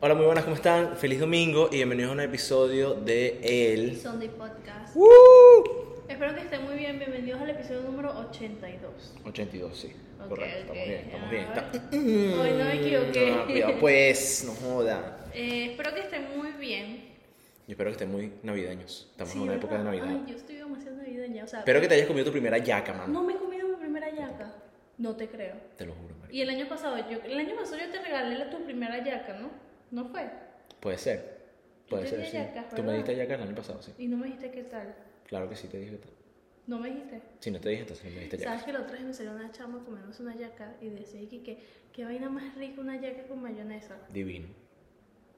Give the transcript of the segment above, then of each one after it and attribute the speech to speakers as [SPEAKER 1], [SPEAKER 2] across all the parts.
[SPEAKER 1] Hola, muy buenas, ¿cómo están? Feliz domingo y bienvenidos a un episodio de El.
[SPEAKER 2] Sunday Podcast.
[SPEAKER 1] ¡Woo!
[SPEAKER 2] Espero que estén muy bien. Bienvenidos al episodio número 82.
[SPEAKER 1] 82, sí.
[SPEAKER 2] Ok,
[SPEAKER 1] Correcto,
[SPEAKER 2] ok,
[SPEAKER 1] estamos
[SPEAKER 2] ya,
[SPEAKER 1] bien,
[SPEAKER 2] a
[SPEAKER 1] estamos
[SPEAKER 2] ver.
[SPEAKER 1] bien.
[SPEAKER 2] Ay, no me equivoqué.
[SPEAKER 1] Ah, cuidado, pues, no joda.
[SPEAKER 2] Eh, espero que estén muy bien.
[SPEAKER 1] Yo espero que estén muy navideños. Estamos
[SPEAKER 2] Sí,
[SPEAKER 1] en una
[SPEAKER 2] ¿verdad?
[SPEAKER 1] época de Navidad.
[SPEAKER 2] Ay, yo estoy demasiado navideña. O sea,
[SPEAKER 1] Espero que te hayas comido tu primera yaca, man.
[SPEAKER 2] no me he comido mi primera yaca. No te creo.
[SPEAKER 1] Te lo juro, María.
[SPEAKER 2] Y el año pasado, yo, el año pasado yo te regalé la, tu primera yaca, ¿no? No fue.
[SPEAKER 1] Puede ser. Puede
[SPEAKER 2] Yo
[SPEAKER 1] ser,
[SPEAKER 2] tenía
[SPEAKER 1] sí.
[SPEAKER 2] yacas,
[SPEAKER 1] Tú me
[SPEAKER 2] ¿verdad?
[SPEAKER 1] diste yaca el año pasado, sí.
[SPEAKER 2] Y no me dijiste qué tal.
[SPEAKER 1] Claro que sí te dije. que tal.
[SPEAKER 2] No me dijiste.
[SPEAKER 1] Si no te dije, entonces no me diste
[SPEAKER 2] Sabes
[SPEAKER 1] yaca.
[SPEAKER 2] que la otra vez me salió una chama comiéndose una yaca y decía que, que, que vaina más rica una yaca con mayonesa.
[SPEAKER 1] Divino.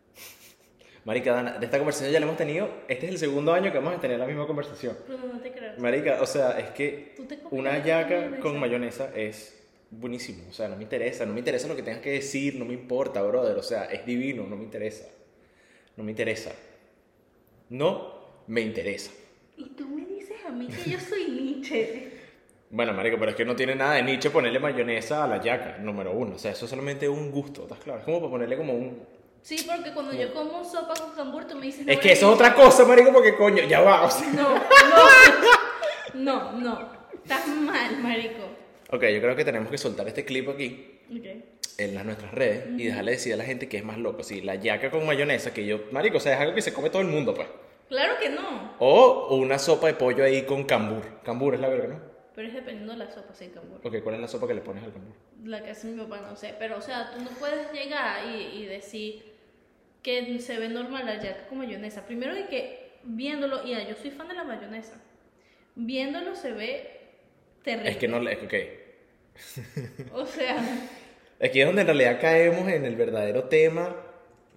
[SPEAKER 1] Marica, Dana, de esta conversación ya la hemos tenido. Este es el segundo año que vamos a tener la misma conversación.
[SPEAKER 2] Pero no te creo.
[SPEAKER 1] Marica, o sea, es que
[SPEAKER 2] ¿Tú te comes
[SPEAKER 1] una
[SPEAKER 2] una
[SPEAKER 1] yaca con
[SPEAKER 2] mayonesa?
[SPEAKER 1] mayonesa es buenísimo. O sea, no me interesa. No me interesa lo que tengas que decir. No me importa, brother. O sea, es divino. No me interesa. No me interesa. No me interesa.
[SPEAKER 2] Y tú me dices a mí que yo soy Nietzsche.
[SPEAKER 1] Bueno, marica, pero es que no tiene nada de Nietzsche ponerle mayonesa a la yaca, número uno. O sea, eso es solamente un gusto, ¿estás claro? Es como para ponerle como un...
[SPEAKER 2] Sí, porque cuando yo como sopa con cambur, tú me dices.
[SPEAKER 1] Es
[SPEAKER 2] no,
[SPEAKER 1] que eso es otra cosa, marico, porque coño, ya va, o sea...
[SPEAKER 2] No, no. No, no. Estás mal, marico.
[SPEAKER 1] Ok, yo creo que tenemos que soltar este clip aquí
[SPEAKER 2] Ok.
[SPEAKER 1] en las nuestras redes y dejarle decir a la gente que es más loco. Si la yaca con mayonesa, que yo, marico, o sea, es algo que se come todo el mundo, pues.
[SPEAKER 2] Claro que no.
[SPEAKER 1] O una sopa de pollo ahí con cambur. Cambur es la verga, ¿no?
[SPEAKER 2] Pero es dependiendo de la sopa sin cambur.
[SPEAKER 1] Ok, ¿cuál es la sopa que le pones al cambur?
[SPEAKER 2] La que hace mi papá, no sé. Pero, o sea, tú no puedes llegar y, y decir que se ve normal la yaca con mayonesa. Primero de que viéndolo, y yo soy fan de la mayonesa. Viéndolo se ve terrible.
[SPEAKER 1] Es que no le... Es que, ok,
[SPEAKER 2] O sea.
[SPEAKER 1] Aquí es donde en realidad caemos en el verdadero tema,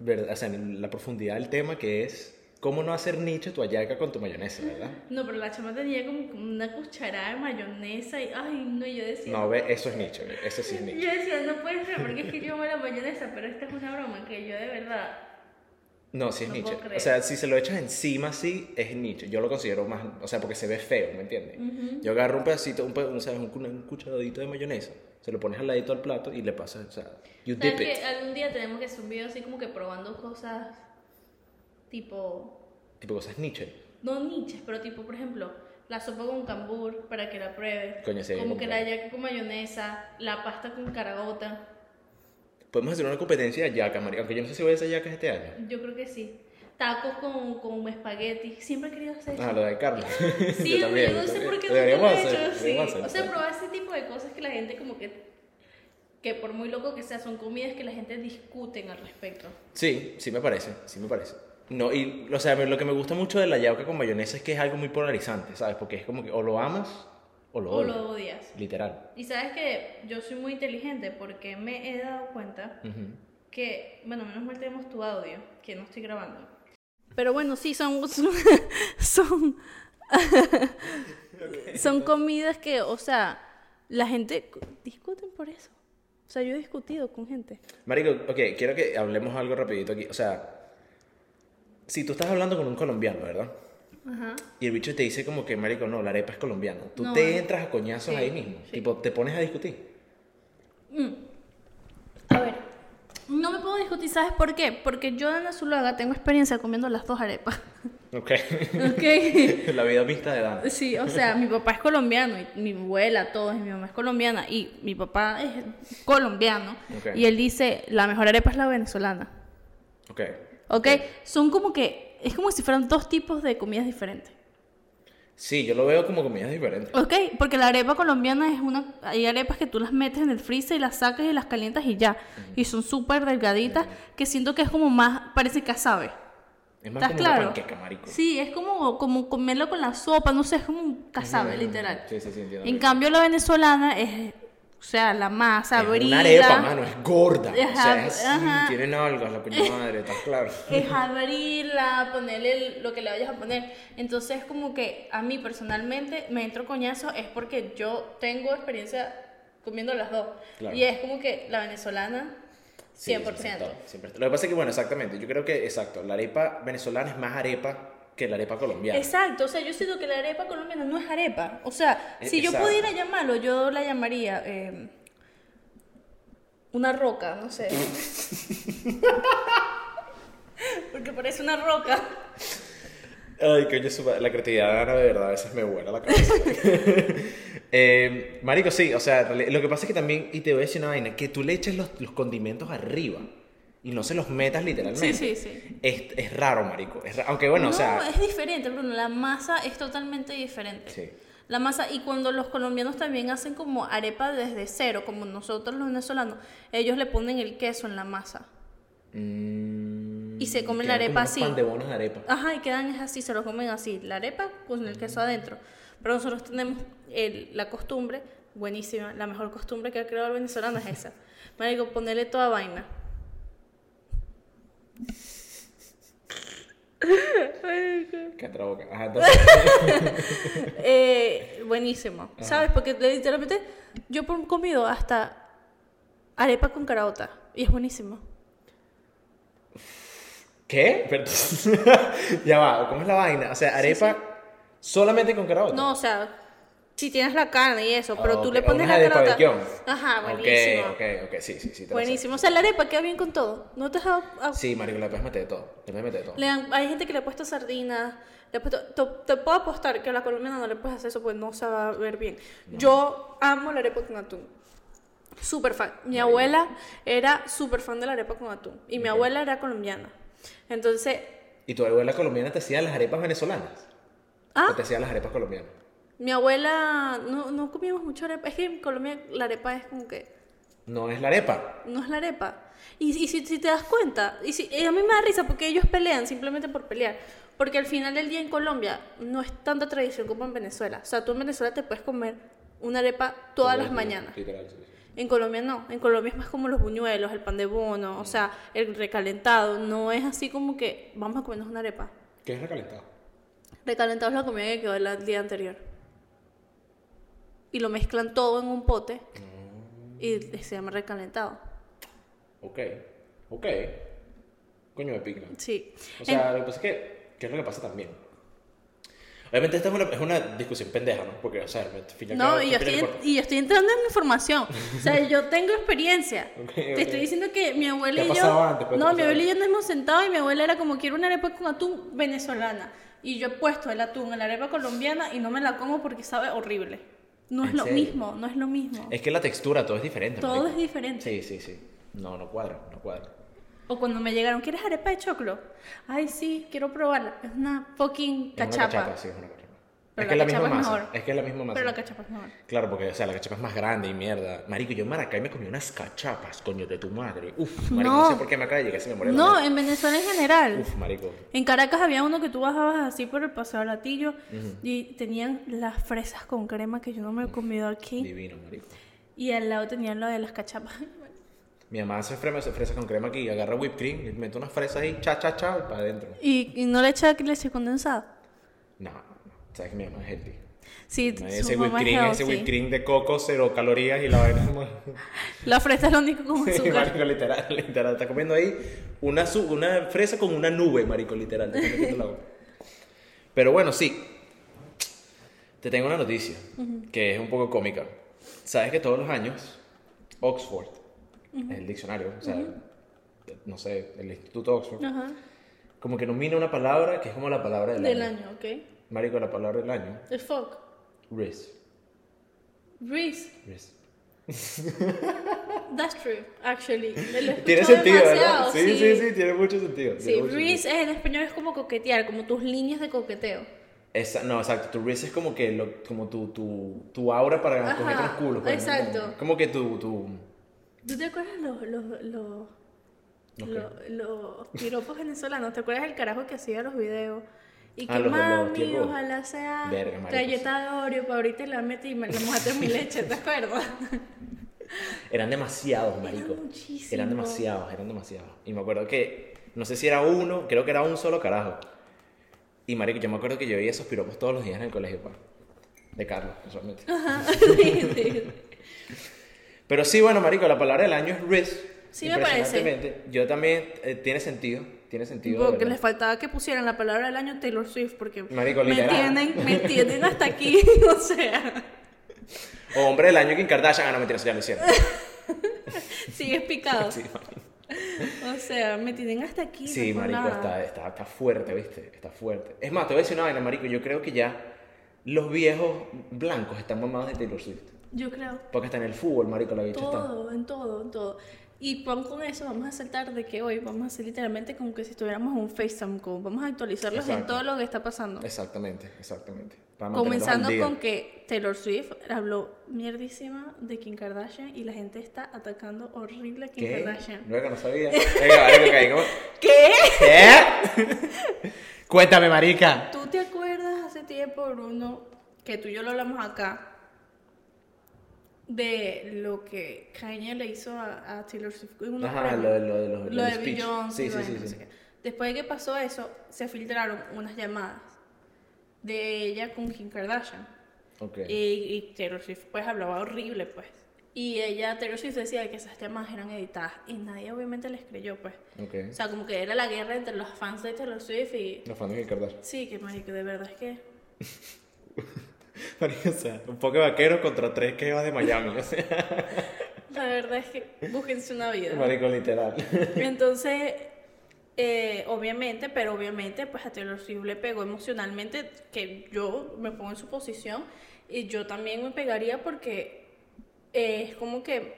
[SPEAKER 1] ver- o sea, en la profundidad del tema que es cómo no hacer nicho tu ayaca con tu mayonesa, ¿verdad?
[SPEAKER 2] No, pero la chama tenía como como una cucharada de mayonesa y ay, no, yo decía.
[SPEAKER 1] No, ve, eso es nicho, ve, eso sí es nicho.
[SPEAKER 2] Yo decía, no puede ser, porque es que yo amo la mayonesa, pero esta es una broma que yo de verdad.
[SPEAKER 1] No, sí es
[SPEAKER 2] No
[SPEAKER 1] nicho.
[SPEAKER 2] puedo creer.
[SPEAKER 1] O sea, si se lo echas encima, sí, es nicho. Yo lo considero más, o sea, porque se ve feo, ¿me entiendes? Yo agarro un pedacito, un, pe- un, ¿sabes? Un, cu- un cucharadito de mayonesa, se lo pones al ladito al plato y le pasas, o sea, you
[SPEAKER 2] ¿Sabes
[SPEAKER 1] dip it.
[SPEAKER 2] que algún día tenemos que hacer un video así como que probando cosas tipo.
[SPEAKER 1] Tipo cosas nicho.
[SPEAKER 2] No niches, pero tipo, por ejemplo, la sopa con cambur para que la pruebes.
[SPEAKER 1] Coño, sí,
[SPEAKER 2] como que la
[SPEAKER 1] comprendo.
[SPEAKER 2] yaca con mayonesa, la pasta con caragota.
[SPEAKER 1] Podemos hacer una competencia de yacas, María, aunque yo no sé si voy a hacer yacas este año.
[SPEAKER 2] Yo creo que sí. Tacos con, con espagueti. Siempre he querido hacer eso.
[SPEAKER 1] Ah, lo de Carla.
[SPEAKER 2] Sí,
[SPEAKER 1] yo también.
[SPEAKER 2] yo no
[SPEAKER 1] yo
[SPEAKER 2] sé
[SPEAKER 1] también.
[SPEAKER 2] por qué no
[SPEAKER 1] Deberíamos
[SPEAKER 2] lo he
[SPEAKER 1] hacer,
[SPEAKER 2] hecho, sí.
[SPEAKER 1] deberíamos hacer,
[SPEAKER 2] O sea,
[SPEAKER 1] sí.
[SPEAKER 2] probar ese tipo de cosas que la gente como que, que por muy loco que sea, son comidas que la gente discuten al respecto.
[SPEAKER 1] Sí, sí me parece, sí me parece. No, y, o sea, lo que me gusta mucho de la yaoca con mayonesa es que es algo muy polarizante, ¿sabes? Porque es como que o lo amas o lo
[SPEAKER 2] O
[SPEAKER 1] odias.
[SPEAKER 2] lo odias.
[SPEAKER 1] Literal.
[SPEAKER 2] Y sabes que yo soy muy inteligente porque me he dado cuenta
[SPEAKER 1] Ujú.
[SPEAKER 2] que, bueno, menos mal tenemos tu audio, que no estoy grabando. Pero bueno, sí, son, son, son, son comidas que, o sea, la gente discuten por eso. O sea, yo he discutido con gente.
[SPEAKER 1] Marico, ok, quiero que hablemos algo rapidito aquí. O sea, si tú estás hablando con un colombiano, ¿verdad?
[SPEAKER 2] Ajá.
[SPEAKER 1] Y el bicho te dice como que, marico, no, la arepa es colombiana. Tú
[SPEAKER 2] No,
[SPEAKER 1] te
[SPEAKER 2] eh.
[SPEAKER 1] entras a coñazos
[SPEAKER 2] Sí,
[SPEAKER 1] ahí mismo.
[SPEAKER 2] sí.
[SPEAKER 1] Tipo, te pones a discutir.
[SPEAKER 2] A ver, no me puedo discutir, ¿sabes por qué? Porque yo en Azulaga tengo experiencia comiendo las dos arepas.
[SPEAKER 1] Ok.
[SPEAKER 2] ¿Ok?
[SPEAKER 1] la vida mixta de Dan.
[SPEAKER 2] Sí, o sea, mi papá es colombiano, y mi abuela, todos, y mi mamá es colombiana, y mi papá es colombiano,
[SPEAKER 1] Ok.
[SPEAKER 2] y él dice, la mejor arepa es la venezolana,
[SPEAKER 1] Ok.
[SPEAKER 2] ¿ok? Son como que, es como si fueran dos tipos de comidas diferentes,
[SPEAKER 1] Sí, yo lo veo como comidas diferentes.
[SPEAKER 2] ¿ok? Porque la arepa colombiana es una, hay arepas que tú las metes en el freezer y las sacas y las calientas y ya, y son súper delgaditas, que siento que es como más, parece casabe.
[SPEAKER 1] Es más
[SPEAKER 2] ¿Estás
[SPEAKER 1] como
[SPEAKER 2] claro?
[SPEAKER 1] una panqueca, marico.
[SPEAKER 2] Sí, es como, como comerlo con la sopa, no sé, es como un cazabe, literal.
[SPEAKER 1] Sí, sí, sí, entiendo.
[SPEAKER 2] En cambio, la venezolana es, o sea, la masa
[SPEAKER 1] Es
[SPEAKER 2] abrida.
[SPEAKER 1] una arepa, mano, es gorda. o sea,
[SPEAKER 2] Ajá,
[SPEAKER 1] es,
[SPEAKER 2] ajá.
[SPEAKER 1] tiene nalgas, la coño madre, estás claro.
[SPEAKER 2] Es abrirla, ponerle el- lo que le vayas a poner. Entonces, como que a mí personalmente me entro coñazo es porque yo tengo experiencia comiendo las dos.
[SPEAKER 1] Claro.
[SPEAKER 2] Y es como que la venezolana, 100%.
[SPEAKER 1] Sí, está, siempre está. Lo que pasa es que, bueno, exactamente, yo creo que, exacto, la arepa venezolana es más arepa que la arepa colombiana.
[SPEAKER 2] Exacto, o sea, yo siento que la arepa colombiana no es arepa. O sea,
[SPEAKER 1] E-
[SPEAKER 2] si yo
[SPEAKER 1] exacto.
[SPEAKER 2] pudiera llamarlo, yo la llamaría eh, una roca, no sé. Porque parece una roca.
[SPEAKER 1] Ay, coño, su madre, la creatividad de Ana de verdad a veces me vuela la cabeza. Eh, marico, sí, o sea, en realidad- lo que pasa es que también, y te voy a decir una vaina, que tú le eches los, los condimentos arriba y no se los metas literalmente.
[SPEAKER 2] Sí, sí, sí.
[SPEAKER 1] Es, es raro, marico. es ra- aunque bueno,
[SPEAKER 2] no,
[SPEAKER 1] o sea,
[SPEAKER 2] es diferente, Bruno. La masa es totalmente diferente.
[SPEAKER 1] Sí.
[SPEAKER 2] La masa, y cuando los colombianos también hacen como arepa desde cero, como nosotros los venezolanos, ellos le ponen el queso en la masa.
[SPEAKER 1] mm,
[SPEAKER 2] Y se comen
[SPEAKER 1] quedan
[SPEAKER 2] la
[SPEAKER 1] como
[SPEAKER 2] arepa
[SPEAKER 1] unos
[SPEAKER 2] así. Ah.
[SPEAKER 1] pan de bonos de arepa.
[SPEAKER 2] Ajá, y quedan es así, se lo comen así, la arepa con el queso adentro. Pero nosotros tenemos el- la costumbre, buenísima, la mejor costumbre que ha creado el venezolano es esa. Marico, ponerle toda vaina.
[SPEAKER 1] Cállate la boca. Ajá, entonces,
[SPEAKER 2] Eh, buenísimo, ¿sabes? Porque literalmente yo por comido hasta arepa con caraota y es buenísimo.
[SPEAKER 1] ¿Qué? Pero- ya va, ¿cómo es la vaina? O sea, arepa solamente con caraota.
[SPEAKER 2] No, o sea, si tienes la carne y eso, pero
[SPEAKER 1] Ah,
[SPEAKER 2] tú
[SPEAKER 1] ok.
[SPEAKER 2] le pones
[SPEAKER 1] Una
[SPEAKER 2] la
[SPEAKER 1] arepa
[SPEAKER 2] carota.
[SPEAKER 1] de guión.
[SPEAKER 2] Ajá, buenísimo.
[SPEAKER 1] Ok, ok, ok, sí, sí, sí. te la
[SPEAKER 2] Buenísimo. O sea, la arepa queda bien con todo. No te has dado- a-
[SPEAKER 1] sé. Sí, marico, le puedes meter de todo. Le puedes meter de todo.
[SPEAKER 2] le han- hay gente que le ha puesto sardinas. le ha puesto- to- te puedo apostar que a la colombiana no le puedes hacer eso porque no se va a ver bien. Yo amo la arepa con atún. Súper fan. Mi abuela era súper fan de la arepa con atún. Y mi abuela era colombiana. Entonces,
[SPEAKER 1] ¿Y tu abuela colombiana te hacía las arepas venezolanas?
[SPEAKER 2] ¿Ah?
[SPEAKER 1] ¿O te hacía las arepas colombianas?
[SPEAKER 2] mi abuela no, no comíamos mucho arepa. Es que en Colombia la arepa es como que.
[SPEAKER 1] No es la arepa.
[SPEAKER 2] No es la arepa. Y, y si, si te das cuenta, y, si, y a mí me da risa porque ellos pelean simplemente por pelear. Porque al final del día en Colombia no es tanta tradición como en Venezuela. O sea, tú en Venezuela te puedes comer una arepa todas las mañanas.
[SPEAKER 1] Literal, sí, sí.
[SPEAKER 2] En Colombia no. En Colombia es más como los buñuelos, el pan de bono,
[SPEAKER 1] Mm.
[SPEAKER 2] o sea, el recalentado. No es así como que vamos a comernos una arepa.
[SPEAKER 1] ¿Qué es recalentado?
[SPEAKER 2] Recalentado es la comida que quedó el día anterior. Y lo mezclan todo en un pote
[SPEAKER 1] Mm.
[SPEAKER 2] y se llama recalentado.
[SPEAKER 1] Ok, ok. Coño, me pica.
[SPEAKER 2] Sí.
[SPEAKER 1] O sea, lo que pasa es que, ¿qué es lo que pasa también? Obviamente esta es una, es una discusión pendeja, ¿no? Porque, o sea, al fin y al
[SPEAKER 2] No,
[SPEAKER 1] cabo,
[SPEAKER 2] y
[SPEAKER 1] ¿qué
[SPEAKER 2] yo,
[SPEAKER 1] opina
[SPEAKER 2] estoy,
[SPEAKER 1] el cuerpo?
[SPEAKER 2] y yo estoy entrando en información. O sea, yo tengo experiencia.
[SPEAKER 1] Ok, ok.
[SPEAKER 2] Te estoy diciendo que mi abuela
[SPEAKER 1] ¿Te ha
[SPEAKER 2] y yo.
[SPEAKER 1] pasado antes? pues, ¿Te ha
[SPEAKER 2] no,
[SPEAKER 1] pasado
[SPEAKER 2] mi abuela y yo nos hemos sentado y mi abuela era como quiero una arepa con atún venezolana. Y yo he puesto el atún en la arepa colombiana y no me la como porque sabe horrible. No es
[SPEAKER 1] ¿En
[SPEAKER 2] lo
[SPEAKER 1] serio?
[SPEAKER 2] mismo, no es lo mismo.
[SPEAKER 1] Es que la textura, todo es diferente.
[SPEAKER 2] Todo es
[SPEAKER 1] marico.
[SPEAKER 2] diferente.
[SPEAKER 1] Sí, sí, sí. No, no cuadra, no cuadra.
[SPEAKER 2] O cuando me llegaron, ¿quieres arepa de choclo? Ay, sí, quiero probarla. Es una fucking
[SPEAKER 1] Es una
[SPEAKER 2] cachapa.
[SPEAKER 1] cachapa, sí, es una cachapa.
[SPEAKER 2] Pero
[SPEAKER 1] es
[SPEAKER 2] la
[SPEAKER 1] que es la
[SPEAKER 2] cachapa
[SPEAKER 1] misma
[SPEAKER 2] es
[SPEAKER 1] masa.
[SPEAKER 2] mejor.
[SPEAKER 1] Es que es la misma masa.
[SPEAKER 2] Pero la cachapa es mejor.
[SPEAKER 1] Claro, porque, o sea, la cachapa es más grande y mierda. Marico, yo en Maracay me comí unas cachapas, coño, de tu madre. Uf, marico, no,
[SPEAKER 2] No.
[SPEAKER 1] sé por qué me acaba de llegar ese memoria.
[SPEAKER 2] No, en Venezuela en general.
[SPEAKER 1] Uf, marico.
[SPEAKER 2] En Caracas había uno que tú bajabas así por el paseo Latillo y tenían las fresas con crema que yo no me he comido aquí.
[SPEAKER 1] Divino, marico.
[SPEAKER 2] Y al lado tenían lo de las cachapas.
[SPEAKER 1] Mi mamá hace fresa, hace fresa con crema aquí, agarra whipped cream, le mete unas fresas ahí, cha, cha, cha, y para adentro.
[SPEAKER 2] Y, y no le echaba leche condensada.
[SPEAKER 1] No, sabes que mi mamá es healthy.
[SPEAKER 2] Sí,
[SPEAKER 1] Mi mamá,
[SPEAKER 2] su
[SPEAKER 1] Ese whipped
[SPEAKER 2] mamá es
[SPEAKER 1] cream, ese
[SPEAKER 2] healthy.
[SPEAKER 1] whipped cream de coco, cero calorías y la vaina. como-
[SPEAKER 2] La fresa es lo único con
[SPEAKER 1] Sí,
[SPEAKER 2] azúcar.
[SPEAKER 1] marico, literal, literal. Está comiendo ahí una, su- una fresa con una nube, marico, literal. te juro que te lo hago. Pero bueno, sí. Te tengo una noticia que es un poco cómica. Sabes que todos los años, Oxford, el diccionario, o sea, no sé, el Instituto Oxford,
[SPEAKER 2] Ajá.
[SPEAKER 1] como que nomina una palabra que es como la palabra del,
[SPEAKER 2] Del
[SPEAKER 1] año.
[SPEAKER 2] año, ok.
[SPEAKER 1] Marico, la palabra del año.
[SPEAKER 2] El fuck.
[SPEAKER 1] Riz.
[SPEAKER 2] Reese,
[SPEAKER 1] Riz.
[SPEAKER 2] that's true, actually.
[SPEAKER 1] Tiene sentido, ¿verdad? Sí, sí, sí, tiene mucho sentido.
[SPEAKER 2] Sí,
[SPEAKER 1] tiene mucho sentido.
[SPEAKER 2] Reese en español es como coquetear, como tus líneas de coqueteo.
[SPEAKER 1] Esa- no, exacto. Tu Riz es como que lo- como tu, tu, tu aura para
[SPEAKER 2] Ajá,
[SPEAKER 1] coger los culos. pues, ¿no?
[SPEAKER 2] exacto.
[SPEAKER 1] Como que tu, tu
[SPEAKER 2] ¿Tú te acuerdas los, los, los,
[SPEAKER 1] Ok.
[SPEAKER 2] los, los piropos venezolanos? ¿Te acuerdas el carajo que hacía los videos? Y que
[SPEAKER 1] Ah, los de los
[SPEAKER 2] mami,
[SPEAKER 1] tiempos".
[SPEAKER 2] ojalá sea
[SPEAKER 1] Verga, marico,
[SPEAKER 2] galleta de Oreo para ahorita y la metí y me la mojaste en mi leche, ¿te acuerdas?
[SPEAKER 1] eran demasiados, marico.
[SPEAKER 2] muchísimos.
[SPEAKER 1] Eran demasiados, eran demasiados. Y me acuerdo que, no sé si era uno, creo que era un solo carajo. Y marico, yo me acuerdo que yo veía esos piropos todos los días en el colegio, pa. De Carlos, casualmente.
[SPEAKER 2] Sí, sí.
[SPEAKER 1] Pero sí, bueno, marico, la palabra del año es risk.
[SPEAKER 2] Sí, me parece.
[SPEAKER 1] Impresionantemente. Yo también, eh, tiene sentido, tiene sentido. de
[SPEAKER 2] Porque
[SPEAKER 1] verdad.
[SPEAKER 2] les faltaba que pusieran la palabra del año Taylor Swift, porque
[SPEAKER 1] Marico,
[SPEAKER 2] me,
[SPEAKER 1] literal.
[SPEAKER 2] tienen, me tienen hasta aquí, o sea,
[SPEAKER 1] O hombre del año Kim Kardashian, ah, no, mentira, eso ya lo hicieron.
[SPEAKER 2] sigues picado.
[SPEAKER 1] Sí, marico.
[SPEAKER 2] O sea, me tienen hasta aquí.
[SPEAKER 1] Sí,
[SPEAKER 2] no por
[SPEAKER 1] marico,
[SPEAKER 2] nada.
[SPEAKER 1] está, está, está fuerte, ¿viste? Está fuerte. Es más, te voy a decir una vaina, marico. Yo creo que ya los viejos blancos están mamados de Taylor Swift.
[SPEAKER 2] Yo creo.
[SPEAKER 1] Porque está en el fútbol, marico, la bicha está.
[SPEAKER 2] Todo, en todo, en todo. Y pon con eso, vamos a saltar de que hoy vamos a hacer literalmente como que si estuviéramos en un FaceTime call. Vamos a actualizarlos en
[SPEAKER 1] Exacto.
[SPEAKER 2] todo lo que está pasando.
[SPEAKER 1] Exactamente, exactamente. Para mantenerlos al
[SPEAKER 2] Comenzando
[SPEAKER 1] día.
[SPEAKER 2] con que Taylor Swift habló mierdísima de Kim Kardashian y la gente está atacando horrible a Kim
[SPEAKER 1] ¿Qué?
[SPEAKER 2] Kardashian.
[SPEAKER 1] No, no sabía. Venga, marico, ok, ¿cómo?
[SPEAKER 2] ¿Qué?
[SPEAKER 1] ¿Qué? Cuéntame, marica.
[SPEAKER 2] ¿Tú te acuerdas hace tiempo, Bruno, que tú y yo lo hablamos acá, de lo que Kanye le hizo a, a Taylor Swift? en unos
[SPEAKER 1] Ajá,
[SPEAKER 2] premios?
[SPEAKER 1] lo de- lo de los- lo
[SPEAKER 2] Lo
[SPEAKER 1] del
[SPEAKER 2] de
[SPEAKER 1] speech.
[SPEAKER 2] Beyoncé,
[SPEAKER 1] Sí, sí,
[SPEAKER 2] bueno,
[SPEAKER 1] sí,
[SPEAKER 2] no
[SPEAKER 1] sí.
[SPEAKER 2] sé qué. Después de que pasó eso, se filtraron unas llamadas de ella con Kim Kardashian.
[SPEAKER 1] Ok.
[SPEAKER 2] Y, y Taylor Swift pues hablaba horrible pues. Y ella, Taylor Swift decía que esas llamadas eran editadas y nadie obviamente les creyó pues.
[SPEAKER 1] Ok.
[SPEAKER 2] O sea, como que era la guerra entre los fans de Taylor Swift y...
[SPEAKER 1] Los fans de Kardashian.
[SPEAKER 2] Sí, que marico, de verdad es que...
[SPEAKER 1] Marico, o sea, un poco vaquero contra tres que de Miami. O sea,
[SPEAKER 2] La verdad es que búsquense una vida.
[SPEAKER 1] marico, literal.
[SPEAKER 2] Entonces, eh, obviamente, pero obviamente, pues a Taylor Swift le pegó emocionalmente, que yo me pongo en su posición y yo también me pegaría porque eh, es como que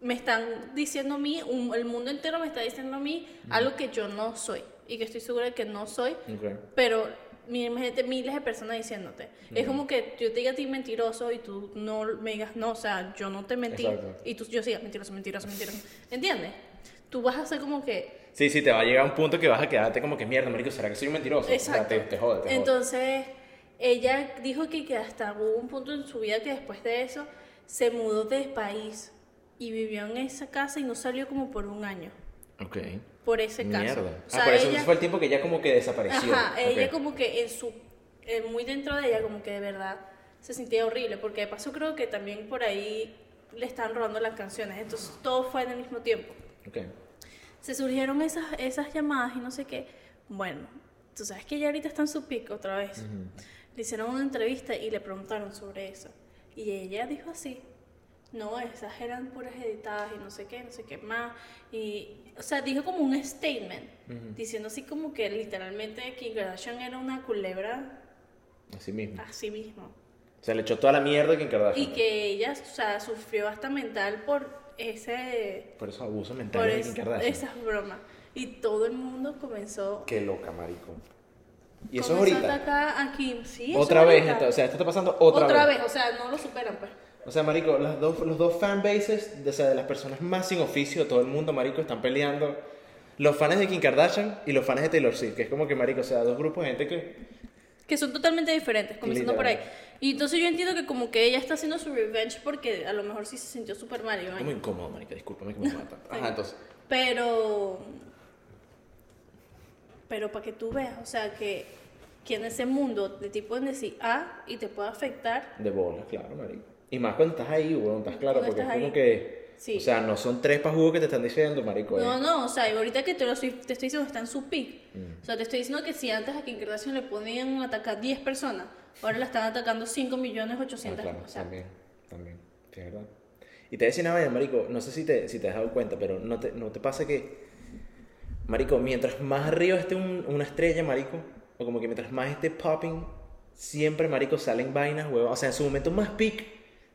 [SPEAKER 2] me están diciendo a mí, un- el mundo entero me está diciendo a mí algo que yo no soy y que estoy segura de que no soy,
[SPEAKER 1] Ok.
[SPEAKER 2] pero mi- imagínate miles de personas diciéndote. Es como que yo te diga a ti mentiroso y tú no me digas, no, o sea, yo no te mentí.
[SPEAKER 1] Exacto.
[SPEAKER 2] Y tú, yo siga, mentiroso, mentiroso, mentiroso. ¿Entiendes? Tú vas a ser como que...
[SPEAKER 1] Sí, sí, te va a llegar un punto que vas a quedarte como que mierda, marico, ¿será que soy un mentiroso?
[SPEAKER 2] Exacto.
[SPEAKER 1] O sea, te, te jode, te jode.
[SPEAKER 2] Entonces, ella dijo que, que hasta hubo un punto en su vida que después de eso se mudó de país y vivió en esa casa y no salió como por un año.
[SPEAKER 1] Ok.
[SPEAKER 2] Por ese este caso.
[SPEAKER 1] Mierda.
[SPEAKER 2] O sea,
[SPEAKER 1] ah, por eso
[SPEAKER 2] ella-
[SPEAKER 1] fue el tiempo que ya como que desapareció.
[SPEAKER 2] Ajá, ella
[SPEAKER 1] Ok.
[SPEAKER 2] como que en su, eh, muy dentro de ella como que de verdad se sentía horrible, porque de paso creo que también por ahí le estaban robando las canciones, entonces todo fue en el mismo tiempo.
[SPEAKER 1] Ok.
[SPEAKER 2] Se surgieron esas, esas llamadas y no sé qué. Bueno, tú sabes que ella ahorita está en su pico otra vez.
[SPEAKER 1] Mm.
[SPEAKER 2] Le hicieron una entrevista y le preguntaron sobre eso. Y ella dijo así, no, esas eran puras editadas y no sé qué, no sé qué más. Y, o sea, dijo como un statement, diciendo así como que literalmente Kim Kardashian era una culebra
[SPEAKER 1] Así mismo.
[SPEAKER 2] a sí mismo.
[SPEAKER 1] Se le echó toda la mierda que Kardashian.
[SPEAKER 2] Ah. Y que ella, o sea, sufrió hasta mental por ese...
[SPEAKER 1] Por esos abusos
[SPEAKER 2] Por
[SPEAKER 1] mentales de
[SPEAKER 2] es-
[SPEAKER 1] Kim Kardashian.
[SPEAKER 2] esas bromas. Y todo el mundo comenzó
[SPEAKER 1] Qué loca, marico. Y eso es
[SPEAKER 2] Comenzó
[SPEAKER 1] ahorita.
[SPEAKER 2] a atacar a Kim, sí. eso
[SPEAKER 1] Otra
[SPEAKER 2] es
[SPEAKER 1] vez,
[SPEAKER 2] ahorita.
[SPEAKER 1] esto- o sea, esto está pasando otra, vez.
[SPEAKER 2] o sea, no lo superan, pues.
[SPEAKER 1] O sea, marico, las dos, los dos fanbases, de, o sea, de las personas más sin oficio de todo el mundo, marico, están peleando. Los fans de Kim Kardashian y los fans de Taylor Swift, que es como que, marico, o sea, dos grupos de gente que...
[SPEAKER 2] Que son totalmente diferentes, comenzando por ahí.
[SPEAKER 1] Literal.
[SPEAKER 2] Y entonces yo entiendo que como que ella está haciendo su revenge porque a lo mejor sí se sintió súper mal. y, ay,
[SPEAKER 1] Muy incómodo, marico, discúlpame que me mata. Ajá, entonces...
[SPEAKER 2] Pero... Pero para que tú veas, o sea, que, que en ese mundo de ti pueden decir ah y te puede afectar.
[SPEAKER 1] De bolas, claro, marico. Y más cuando estás ahí, weón, estás claro,
[SPEAKER 2] Cuando
[SPEAKER 1] porque
[SPEAKER 2] estás
[SPEAKER 1] es como
[SPEAKER 2] ahí.
[SPEAKER 1] que...
[SPEAKER 2] Sí.
[SPEAKER 1] O sea, no son tres pajudos que te están diciendo, marico.
[SPEAKER 2] No,
[SPEAKER 1] eh.
[SPEAKER 2] no, o sea, y ahorita que te lo estoy, te estoy diciendo está en su pick.
[SPEAKER 1] Mm.
[SPEAKER 2] O sea, te estoy diciendo que si antes a Kim Kardashian le ponían atacar 10 personas, ahora la están atacando 5 millones
[SPEAKER 1] Ah,
[SPEAKER 2] 800.
[SPEAKER 1] claro,
[SPEAKER 2] o sea,
[SPEAKER 1] también, también, sí, es verdad. Y te decía una vaina, marico, no sé si te, si te has dado cuenta, pero no te, no te pasa que, marico, mientras más arriba esté un- una estrella, marico, o como que mientras más esté popping, siempre, marico, salen vainas, huevón. O sea, en su momento más peak,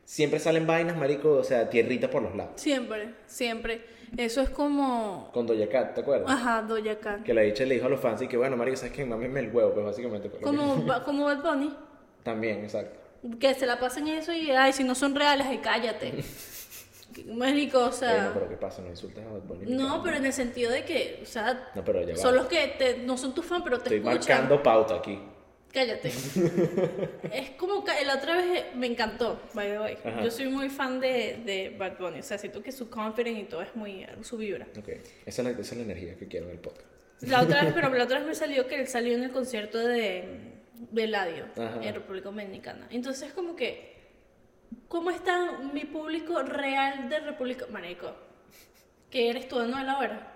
[SPEAKER 1] siempre salen vainas, marico, o sea, tierrita por los lados.
[SPEAKER 2] siempre, siempre. Eso es como,
[SPEAKER 1] Con Doja Cat, ¿te acuerdas?
[SPEAKER 2] ajá, Doja Cat.
[SPEAKER 1] Que la dicha le dijo a los fans y que, bueno, marico, ¿sabes qué? Mámeme el huevo, pues básicamente. pero-
[SPEAKER 2] Como, Ba- como Bad Bunny,
[SPEAKER 1] También, exacto.
[SPEAKER 2] que se la pasan eso y, ay, si no son reales, ay, cállate. Marico, o
[SPEAKER 1] Bueno,
[SPEAKER 2] sea,
[SPEAKER 1] pero ¿qué pasa? No insultas a Bad Bunny.
[SPEAKER 2] no, pero en el sentido de que, o sea,
[SPEAKER 1] No, pero ya va.
[SPEAKER 2] son los que te- no son tus fan, pero te
[SPEAKER 1] Estoy
[SPEAKER 2] escuchan.
[SPEAKER 1] marcando pauta aquí.
[SPEAKER 2] Cállate. es como que la otra vez eh, me encantó, by the way.
[SPEAKER 1] Ajá.
[SPEAKER 2] Yo soy muy fan de, de Bad Bunny. O sea, siento que su confidence y todo es muy. su vibra.
[SPEAKER 1] Ok, esa es la, esa es la energía que quiero en el podcast.
[SPEAKER 2] La otra vez, pero la otra vez me salió que él salió en el concierto de Eladio
[SPEAKER 1] Ajá.
[SPEAKER 2] en República Dominicana. Entonces, como que. ¿Cómo está mi público real de República. Marico, que eres tú de la hora?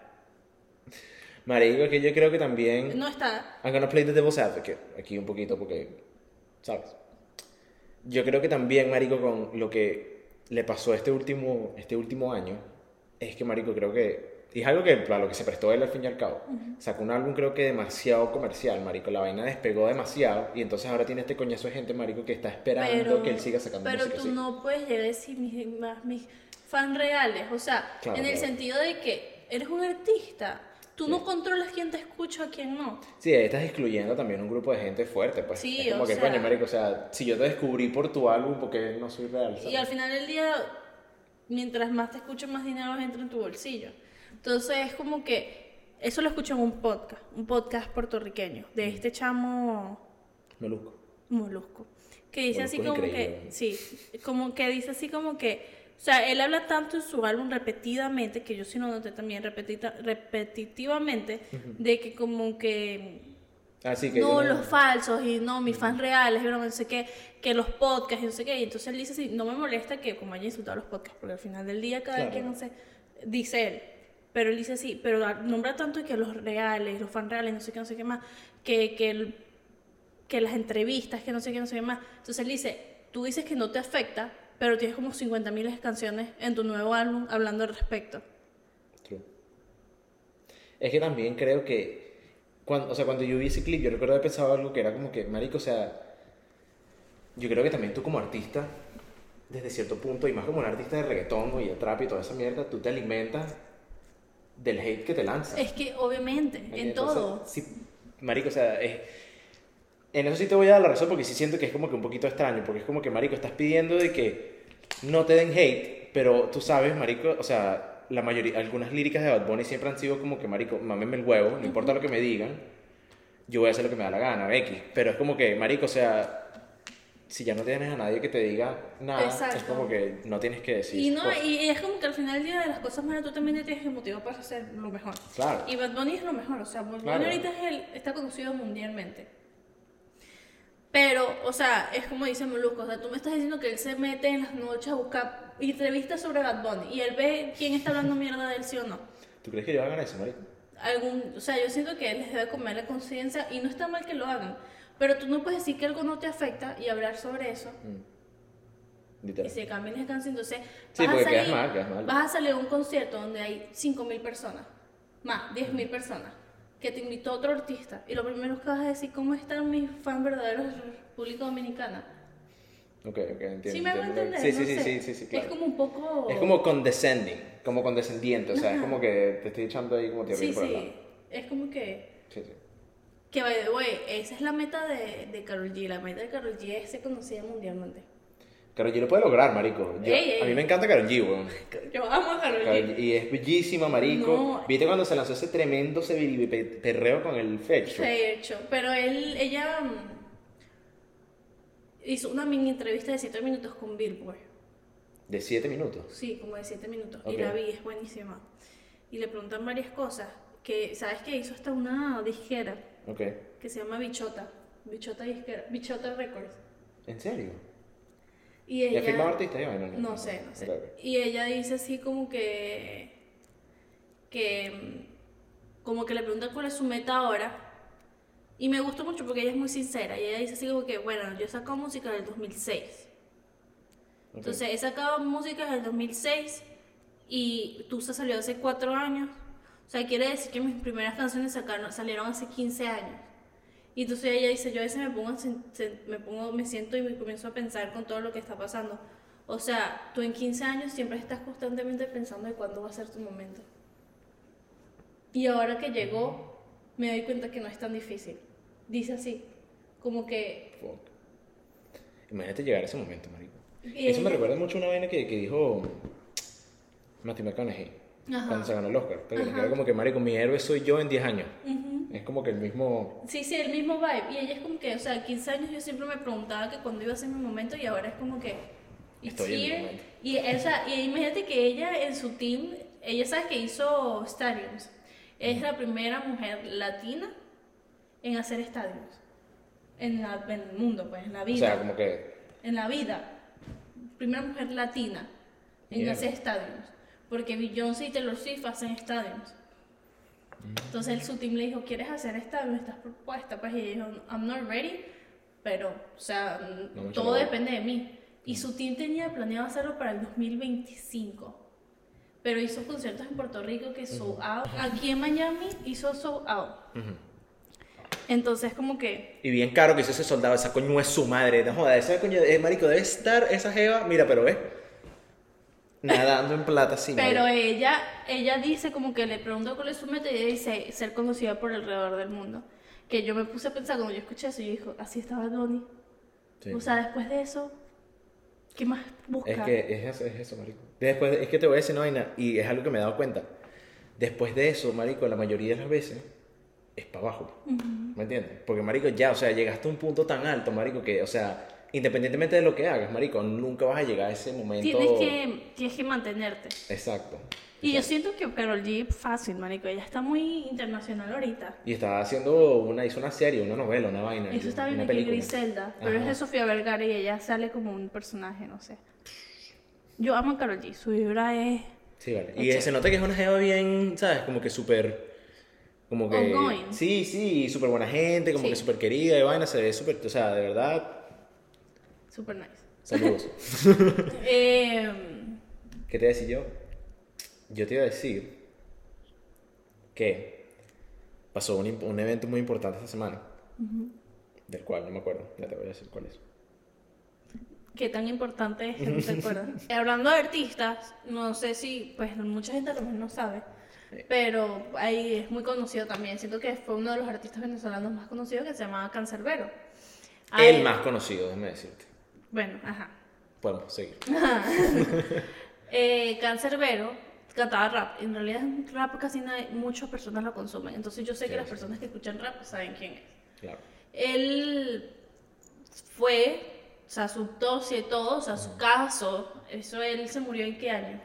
[SPEAKER 1] Marico, que yo creo que también.
[SPEAKER 2] No está.
[SPEAKER 1] I'm gonna play the devil's advocate aquí un poquito porque. ¿Sabes? Yo creo que también, Marico, con lo que le pasó este último, este último año, es que, Marico, creo que y es algo que a lo que se prestó él al fin y al cabo. Sacó un álbum creo que demasiado comercial, marico. La vaina despegó demasiado y entonces ahora tiene este coñazo de gente, marico, que está esperando que él siga sacando
[SPEAKER 2] pero
[SPEAKER 1] música
[SPEAKER 2] tú
[SPEAKER 1] así.
[SPEAKER 2] no puedes llegar a decir mis, más mis fans reales, o sea,
[SPEAKER 1] Claro,
[SPEAKER 2] en el
[SPEAKER 1] claro.
[SPEAKER 2] sentido de que eres un artista, tú
[SPEAKER 1] Sí.
[SPEAKER 2] no controlas quién te escucha o quién no.
[SPEAKER 1] Sí, ahí estás excluyendo también un grupo de gente fuerte, pues.
[SPEAKER 2] Sí,
[SPEAKER 1] es como
[SPEAKER 2] o
[SPEAKER 1] que,
[SPEAKER 2] sea-
[SPEAKER 1] coño, marico, o sea, si yo te descubrí por tu álbum, porque no soy real, ¿sabes?
[SPEAKER 2] Y al final del día, mientras más te escucho, más dinero entra en tu bolsillo. Entonces es como que eso lo escucho en un podcast, un podcast puertorriqueño,
[SPEAKER 1] Mm.
[SPEAKER 2] de este chamo
[SPEAKER 1] Molusco.
[SPEAKER 2] Molusco. Que dice así
[SPEAKER 1] Molusco
[SPEAKER 2] como
[SPEAKER 1] es increíble,
[SPEAKER 2] que,
[SPEAKER 1] ¿no?
[SPEAKER 2] sí, como que dice así como que, o sea, él habla tanto en su álbum repetidamente, que yo sí lo noté también repetita- repetitivamente, de que como que
[SPEAKER 1] Así Ah, que...
[SPEAKER 2] no,
[SPEAKER 1] yo
[SPEAKER 2] los falsos y no, mis fans reales, y broma, no sé qué, que los podcasts y no sé qué. Y entonces él dice así, no me molesta que como haya insultado los podcasts, porque al final del día cada
[SPEAKER 1] Claro.
[SPEAKER 2] quien hace, dice él. Pero él dice así, pero a- nombra tanto que los reales, los fans reales, no sé qué, no sé qué más, que, que, el- que las entrevistas, que no sé qué, no sé qué más. Entonces él dice, tú dices que no te afecta, pero tienes como 50.000 canciones en tu nuevo álbum hablando al respecto.
[SPEAKER 1] True. Es que también creo que, cuando, o sea, cuando yo vi ese clip, yo recuerdo haber pensado algo que era como que, marico, o sea, yo creo que también tú como artista, desde cierto punto, y más como un artista de reggaetón ¿no? y de trap y toda esa mierda, tú te alimentas del hate que te lanzas.
[SPEAKER 2] Es que obviamente, en
[SPEAKER 1] Entonces,
[SPEAKER 2] todo.
[SPEAKER 1] Sí, marico, o sea, es- en eso sí te voy a dar la razón porque sí siento que es como que un poquito extraño, porque es como que, marico, estás pidiendo de que no te den hate, pero tú sabes, marico, o sea, la mayoría, algunas líricas de Bad Bunny siempre han sido como que, marico, mámeme el huevo, no importa lo que me digan, yo voy a hacer lo que me da la gana, X. Pero es como que, marico, o sea, si ya no tienes a nadie que te diga nada, es
[SPEAKER 2] Exacto.
[SPEAKER 1] como que no tienes que decir.
[SPEAKER 2] Y, no,
[SPEAKER 1] cosas.
[SPEAKER 2] y es como que al final del día de las cosas malas tú también te tienes que motivar para hacer lo mejor.
[SPEAKER 1] Claro.
[SPEAKER 2] Y Bad Bunny es lo mejor, o sea, Bad Bunny
[SPEAKER 1] Claro.
[SPEAKER 2] ahorita es el, está conocido mundialmente. Pero, o sea, es como dice Molusco, o sea, tú me estás diciendo que él se mete en las noches a buscar entrevistas sobre Bad Bunny y él ve quién está hablando mierda de él, sí o no.
[SPEAKER 1] ¿Tú crees que yo hagan eso, marico?
[SPEAKER 2] Algún, o sea, yo siento que él les debe comer la conciencia y no está mal que lo hagan, pero tú no puedes decir que algo no te afecta y hablar sobre eso y
[SPEAKER 1] Literal.
[SPEAKER 2] se cambian las canciones. Entonces,
[SPEAKER 1] Sí,
[SPEAKER 2] vas, a
[SPEAKER 1] porque quedas
[SPEAKER 2] salir,
[SPEAKER 1] mal, quedas mal.
[SPEAKER 2] vas a salir a un concierto donde hay 5.000 personas, más 10.000 personas, que te invitó otro artista. Y lo primero que vas a decir, ¿cómo están mis fans verdaderos de República Dominicana?
[SPEAKER 1] Ok, ok, entiendo.
[SPEAKER 2] sí, me van a
[SPEAKER 1] entiendo.
[SPEAKER 2] entender.
[SPEAKER 1] Sí,
[SPEAKER 2] no
[SPEAKER 1] sí, sí,
[SPEAKER 2] sé.
[SPEAKER 1] sí, sí, sí, claro.
[SPEAKER 2] Es como un poco.
[SPEAKER 1] Es como condescending, como condescendiente, o sea, es como que te estoy echando ahí como te
[SPEAKER 2] Sí,
[SPEAKER 1] por el lado.
[SPEAKER 2] sí. Es como que.
[SPEAKER 1] Sí, sí.
[SPEAKER 2] Que, by the way, esa es la meta de, de Karol G. La meta de Karol G es ser conocida mundialmente.
[SPEAKER 1] Karol G lo puede lograr, marico. Yo-
[SPEAKER 2] Ey, ey.
[SPEAKER 1] A mí me encanta Karol G, weón.
[SPEAKER 2] Yo amo a Karol
[SPEAKER 1] Karol
[SPEAKER 2] G.
[SPEAKER 1] G- Y es bellísima, marico.
[SPEAKER 2] No.
[SPEAKER 1] ¿Viste cuando se lanzó ese tremendo perreo con el Fecho?
[SPEAKER 2] De hecho, pero él, ella mm, hizo una mini entrevista de 7 minutos con Billboard.
[SPEAKER 1] De 7 minutos.
[SPEAKER 2] Sí, como de 7 minutos.
[SPEAKER 1] Ok.
[SPEAKER 2] Y la vi, es buenísima. Y le preguntan varias cosas. Que, ¿sabes qué? Hizo hasta una disquera
[SPEAKER 1] Ok.
[SPEAKER 2] que se llama Bichota. Bichota Disquera. Bichota Records.
[SPEAKER 1] ¿En serio?
[SPEAKER 2] Y
[SPEAKER 1] ¿Ya
[SPEAKER 2] ella...
[SPEAKER 1] ha firmado artista? Ya,
[SPEAKER 2] No sé, no sé.
[SPEAKER 1] Ok, ok.
[SPEAKER 2] Y ella dice así como que. que. mm, como que le preguntan cuál es su meta ahora. Y me gustó mucho porque ella es muy sincera. Y ella dice así como que, bueno, yo he sacado música del 2006.
[SPEAKER 1] Ok.
[SPEAKER 2] Entonces, he sacado música desde el 2006 y Tusa salió hace 4 años. O sea, quiere decir que mis primeras canciones sacaron, salieron hace 15 años. Y entonces ella dice, yo a veces me pongo, a sen- sen- me pongo, me siento y me comienzo a pensar con todo lo que está pasando. O sea, tú en 15 años siempre estás constantemente pensando de cuándo va a ser tu momento. Y ahora que llegó, me doy cuenta que no es tan difícil. Dice así, como que...
[SPEAKER 1] Fuck. Imagínate llegar a ese momento, marico.
[SPEAKER 2] y
[SPEAKER 1] Eso me
[SPEAKER 2] ella-
[SPEAKER 1] recuerda mucho a una vaina que, que dijo Matthew McConaughey
[SPEAKER 2] Ajá.
[SPEAKER 1] cuando se ganó el Oscar. Porque
[SPEAKER 2] Ajá.
[SPEAKER 1] era como que, marico, mi héroe soy yo en 10 años.
[SPEAKER 2] Ujú.
[SPEAKER 1] Es como que el mismo...
[SPEAKER 2] Sí, sí, el mismo vibe. Y ella es como que, o sea, 15 años yo siempre me preguntaba que cuándo iba a ser mi momento y ahora es como que. it's
[SPEAKER 1] Estoy en mi
[SPEAKER 2] here.
[SPEAKER 1] momento.
[SPEAKER 2] Y, o sea, y imagínate que ella en su team, ella sabes que hizo stadiums. Es la primera mujer latina en hacer estadios. En, la- en el mundo, pues, en la vida.
[SPEAKER 1] O sea, como que...
[SPEAKER 2] En la vida. Primera mujer latina en
[SPEAKER 1] Mierda.
[SPEAKER 2] hacer estadios. Porque Beyoncé y Taylor Swift hacen estadios. Entonces el, su team le dijo, ¿quieres hacer estadios? ¿Estás propuesta? Pues y ella dijo, I'm not ready. Pero, o sea, mm,
[SPEAKER 1] No, Mm. mucho
[SPEAKER 2] todo
[SPEAKER 1] no.
[SPEAKER 2] depende de mí. Y su team tenía planeado hacerlo para el 2025. pero hizo conciertos en Puerto Rico que sold out. Aquí en Miami hizo sold out. Entonces, como que
[SPEAKER 1] Y bien caro que hizo ese soldado, esa coño es su madre. No joda, esa coño, eh, marico, debe estar esa jeva. Mira, pero ve. Nadando en plata, sí.
[SPEAKER 2] Pero
[SPEAKER 1] marico.
[SPEAKER 2] ella, ella dice como que le pregunto cuál es su meta y ella dice ser conocida por alrededor del mundo. Que yo me puse a pensar cuando yo escuché eso y dijo, así estaba Donnie.
[SPEAKER 1] Sí.
[SPEAKER 2] O sea, después de eso, ¿qué más busca?
[SPEAKER 1] Es que es eso, es eso, marico. Después, es que te voy a decir una vaina, y es algo que me he dado cuenta. Después de eso, marico, la mayoría de las veces es para abajo. ¿Me entiendes? Porque, marico, ya, o sea, llegaste a un punto tan alto, marico, que, o sea, independientemente de lo que hagas, marico, nunca vas a llegar a ese momento.
[SPEAKER 2] tienes, que, tienes que mantenerte.
[SPEAKER 1] Exacto.
[SPEAKER 2] Y yo
[SPEAKER 1] Exacto.
[SPEAKER 2] siento que Carol G fácil, marico. Ella está muy internacional ahorita.
[SPEAKER 1] Y estaba haciendo una, hizo una serie, una novela, una vaina.
[SPEAKER 2] Eso está bien
[SPEAKER 1] una
[SPEAKER 2] de que
[SPEAKER 1] película.
[SPEAKER 2] Griselda, pero es
[SPEAKER 1] Ajá.
[SPEAKER 2] de Sofía Vergara y ella sale como un personaje, no sé. Yo amo a Carol G, su vibra es
[SPEAKER 1] Sí, vale. Y eh, se nota que es una jeva bien, ¿sabes? Como que súper. Como que.
[SPEAKER 2] Ongoing.
[SPEAKER 1] Sí, sí, súper buena gente, como
[SPEAKER 2] Sí.
[SPEAKER 1] que súper querida y vaina, se ve súper. O sea, de verdad,
[SPEAKER 2] super nice.
[SPEAKER 1] saludos.
[SPEAKER 2] Eh,
[SPEAKER 1] ¿Qué te iba a decir yo? Yo te iba a decir. Que. Pasó un, imp- un evento muy importante esta semana. Del cual no me acuerdo. Ya te voy a decir cuál es.
[SPEAKER 2] qué tan importante es que no te acuerdas. Eh, Hablando de artistas, no sé si, pues mucha gente a lo mejor no sabe, pero ahí es muy conocido también. Siento que fue uno de los artistas venezolanos más conocidos que se llamaba Cancerbero. A
[SPEAKER 1] El
[SPEAKER 2] él-
[SPEAKER 1] más conocido, déjame decirte.
[SPEAKER 2] Bueno, ajá.
[SPEAKER 1] Podemos seguir.
[SPEAKER 2] Eh, Cancerbero cantaba rap. En realidad, rap casi nadie, muchas personas lo consumen. Entonces, yo sé
[SPEAKER 1] Sí,
[SPEAKER 2] que las
[SPEAKER 1] sí.
[SPEAKER 2] personas que escuchan rap saben quién es.
[SPEAKER 1] Claro.
[SPEAKER 2] Él fue, o sea, su dosis y todo, o sea, su caso. Eso él se murió en qué año?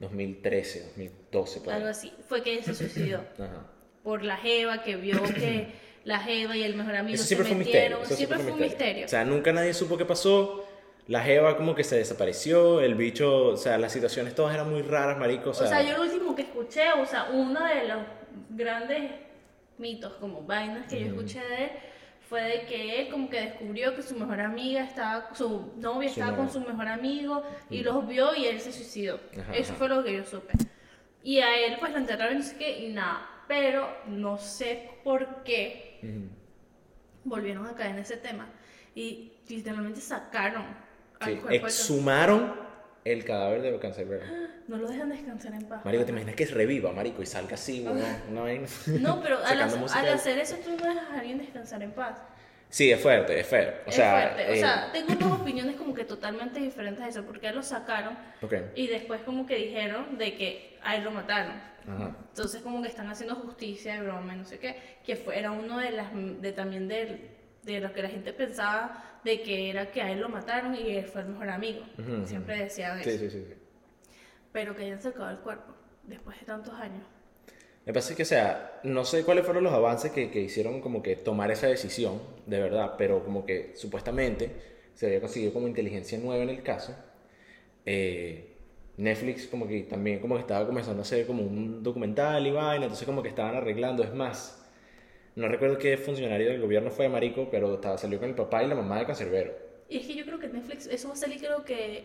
[SPEAKER 1] 2013, 2012, por ahí.
[SPEAKER 2] Algo así. Fue que él se suicidó.
[SPEAKER 1] Ajá.
[SPEAKER 2] Por la Jeva que vio que la Jeva y el mejor amigo
[SPEAKER 1] Eso
[SPEAKER 2] se
[SPEAKER 1] siempre fue un misterio.
[SPEAKER 2] metieron.
[SPEAKER 1] eso
[SPEAKER 2] siempre fue un misterio.
[SPEAKER 1] O sea, nunca nadie supo qué pasó. La jeva como que se desapareció, el bicho, o sea, las situaciones todas eran muy raras, marico. O sea,
[SPEAKER 2] yo lo último que escuché, o sea, uno de los grandes mitos, como vainas que yo escuché de él, fue de que él como que descubrió que su mejor amiga estaba, su novia
[SPEAKER 1] Su
[SPEAKER 2] estaba con
[SPEAKER 1] novia.
[SPEAKER 2] su mejor amigo y los vio y él se suicidó.
[SPEAKER 1] Ajá,
[SPEAKER 2] Eso
[SPEAKER 1] ajá.
[SPEAKER 2] fue lo que yo supe. Y a él pues lo enterraron y no sé qué, y nada, pero no sé por qué
[SPEAKER 1] Ujú.
[SPEAKER 2] volvieron a caer en ese tema y literalmente sacaron al
[SPEAKER 1] Sí,
[SPEAKER 2] cuerpo. de Can-
[SPEAKER 1] Exhumaron el cadáver de Cancerbero.
[SPEAKER 2] No lo dejan descansar en paz.
[SPEAKER 1] Marico, ¿te imaginas que reviva, marico? Y salga así, una, una vaina?
[SPEAKER 2] No, pero al,
[SPEAKER 1] Sacando
[SPEAKER 2] hacer-
[SPEAKER 1] música
[SPEAKER 2] al
[SPEAKER 1] de-
[SPEAKER 2] hacer eso tú no dejas a alguien descansar en paz.
[SPEAKER 1] Sí, es fuerte, es feo. O
[SPEAKER 2] es
[SPEAKER 1] sea,
[SPEAKER 2] fuerte.
[SPEAKER 1] eh,
[SPEAKER 2] O sea, tengo dos opiniones como que totalmente diferentes a eso, porque a él lo sacaron
[SPEAKER 1] ok.
[SPEAKER 2] y después como que dijeron de que a él lo mataron.
[SPEAKER 1] Ajá.
[SPEAKER 2] Entonces como que están haciendo justicia, broma, y no sé qué, que fue, era uno de las de también de, de lo que la gente pensaba de que era que a él lo mataron y él fue el mejor amigo.
[SPEAKER 1] Ujú, ujú.
[SPEAKER 2] Siempre decían eso.
[SPEAKER 1] Sí, sí, sí, sí.
[SPEAKER 2] Pero que hayan sacado el cuerpo después de tantos años.
[SPEAKER 1] Me parece que, o sea, no sé cuáles fueron los avances que, que hicieron como que tomar esa decisión, de verdad, pero como que supuestamente se había conseguido como inteligencia nueva en el caso. Eh, Netflix como que también como que estaba comenzando a hacer como un documental y vaina, entonces como que estaban arreglando, es más, no recuerdo qué funcionario del gobierno fue marico, pero estaba, salió con el papá y la mamá de Cancerbero,
[SPEAKER 2] Y es que yo creo que Netflix, eso va a salir creo que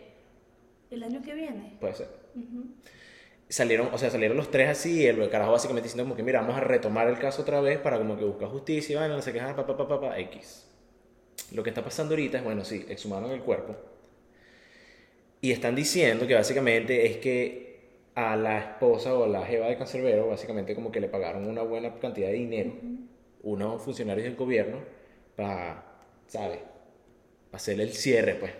[SPEAKER 2] el año que viene.
[SPEAKER 1] puede ser.
[SPEAKER 2] Ujú.
[SPEAKER 1] pues, salieron, o sea, salieron los tres así, y el carajo básicamente diciendo como que, mira, vamos a retomar el caso otra vez para como que buscar justicia, y bueno, no sé qué, ah, pa, pa, pa, pa, pa, X. Lo que está pasando ahorita es, bueno, sí, exhumaron el cuerpo. Y están diciendo que básicamente es que a la esposa o a la jeva de Cancerbero, básicamente como que le pagaron una buena cantidad de dinero, unos funcionarios del gobierno, para, ¿sabes? Para hacerle el cierre, pues.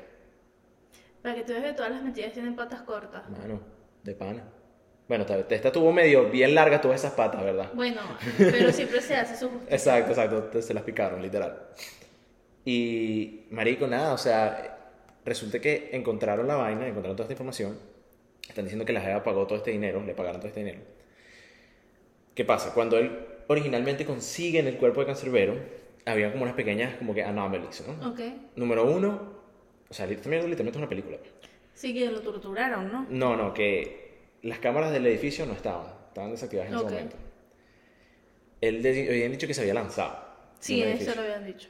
[SPEAKER 2] Para que tú veas que todas las mentiras tienen patas cortas.
[SPEAKER 1] Mano, de pana. Bueno, esta, esta tuvo medio bien larga todas esas patas, ¿verdad?
[SPEAKER 2] Bueno, pero siempre se hace su justicia.
[SPEAKER 1] Exacto, exacto, te- se las picaron, literal. Y, marico, nada, o sea, resulta que encontraron la vaina, encontraron toda esta información. Están diciendo que la jeva pagó todo este dinero, le pagaron todo este dinero. ¿Qué pasa? Cuando él originalmente consigue en el cuerpo de Cancerbero, había como unas pequeñas, como que anomalies, ¿no?
[SPEAKER 2] Ok.
[SPEAKER 1] Número uno, o sea, esta mierda literalmente es una película.
[SPEAKER 2] Sí que lo torturaron, ¿no?
[SPEAKER 1] No, no, que las cámaras del edificio no estaban, estaban desactivadas en
[SPEAKER 2] Ok.
[SPEAKER 1] ese momento. Él de- habían dicho que se había lanzado. de
[SPEAKER 2] Sí,
[SPEAKER 1] un
[SPEAKER 2] eso
[SPEAKER 1] edificio.
[SPEAKER 2] lo habían dicho.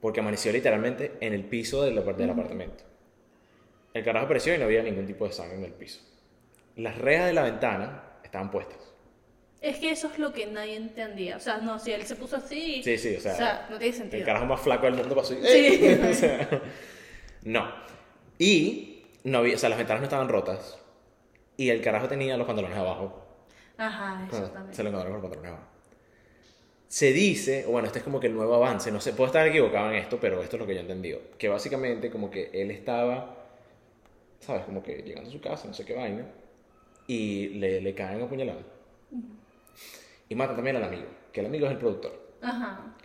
[SPEAKER 1] Porque amaneció literalmente en el piso del, apart- del apartamento. El carajo apareció y no había ningún tipo de sangre en el piso. las rejas de la ventana estaban puestas.
[SPEAKER 2] Es que eso es lo que nadie entendía. O sea, no, si él se puso así.
[SPEAKER 1] Sí, sí, o sea,
[SPEAKER 2] o sea, no tiene
[SPEAKER 1] El
[SPEAKER 2] sentido.
[SPEAKER 1] carajo más flaco del mundo pasó y...
[SPEAKER 2] Sí.
[SPEAKER 1] O sea, no. Y no había, o sea, las ventanas no estaban rotas. Y el carajo tenía los pantalones abajo.
[SPEAKER 2] Ajá,
[SPEAKER 1] Ah,
[SPEAKER 2] eso también.
[SPEAKER 1] Se lo encontraron con los pantalones abajo. Se dice, o bueno, este es como que el nuevo avance, no sé, puedo estar equivocado en esto, pero esto es lo que yo he entendido. Que básicamente como que él estaba, ¿sabes? Como que llegando a su casa, no sé qué vaina, y le, le caen apuñaladas. Y matan también al amigo, que el amigo es el productor.
[SPEAKER 2] Ajá.
[SPEAKER 1] ¿ok?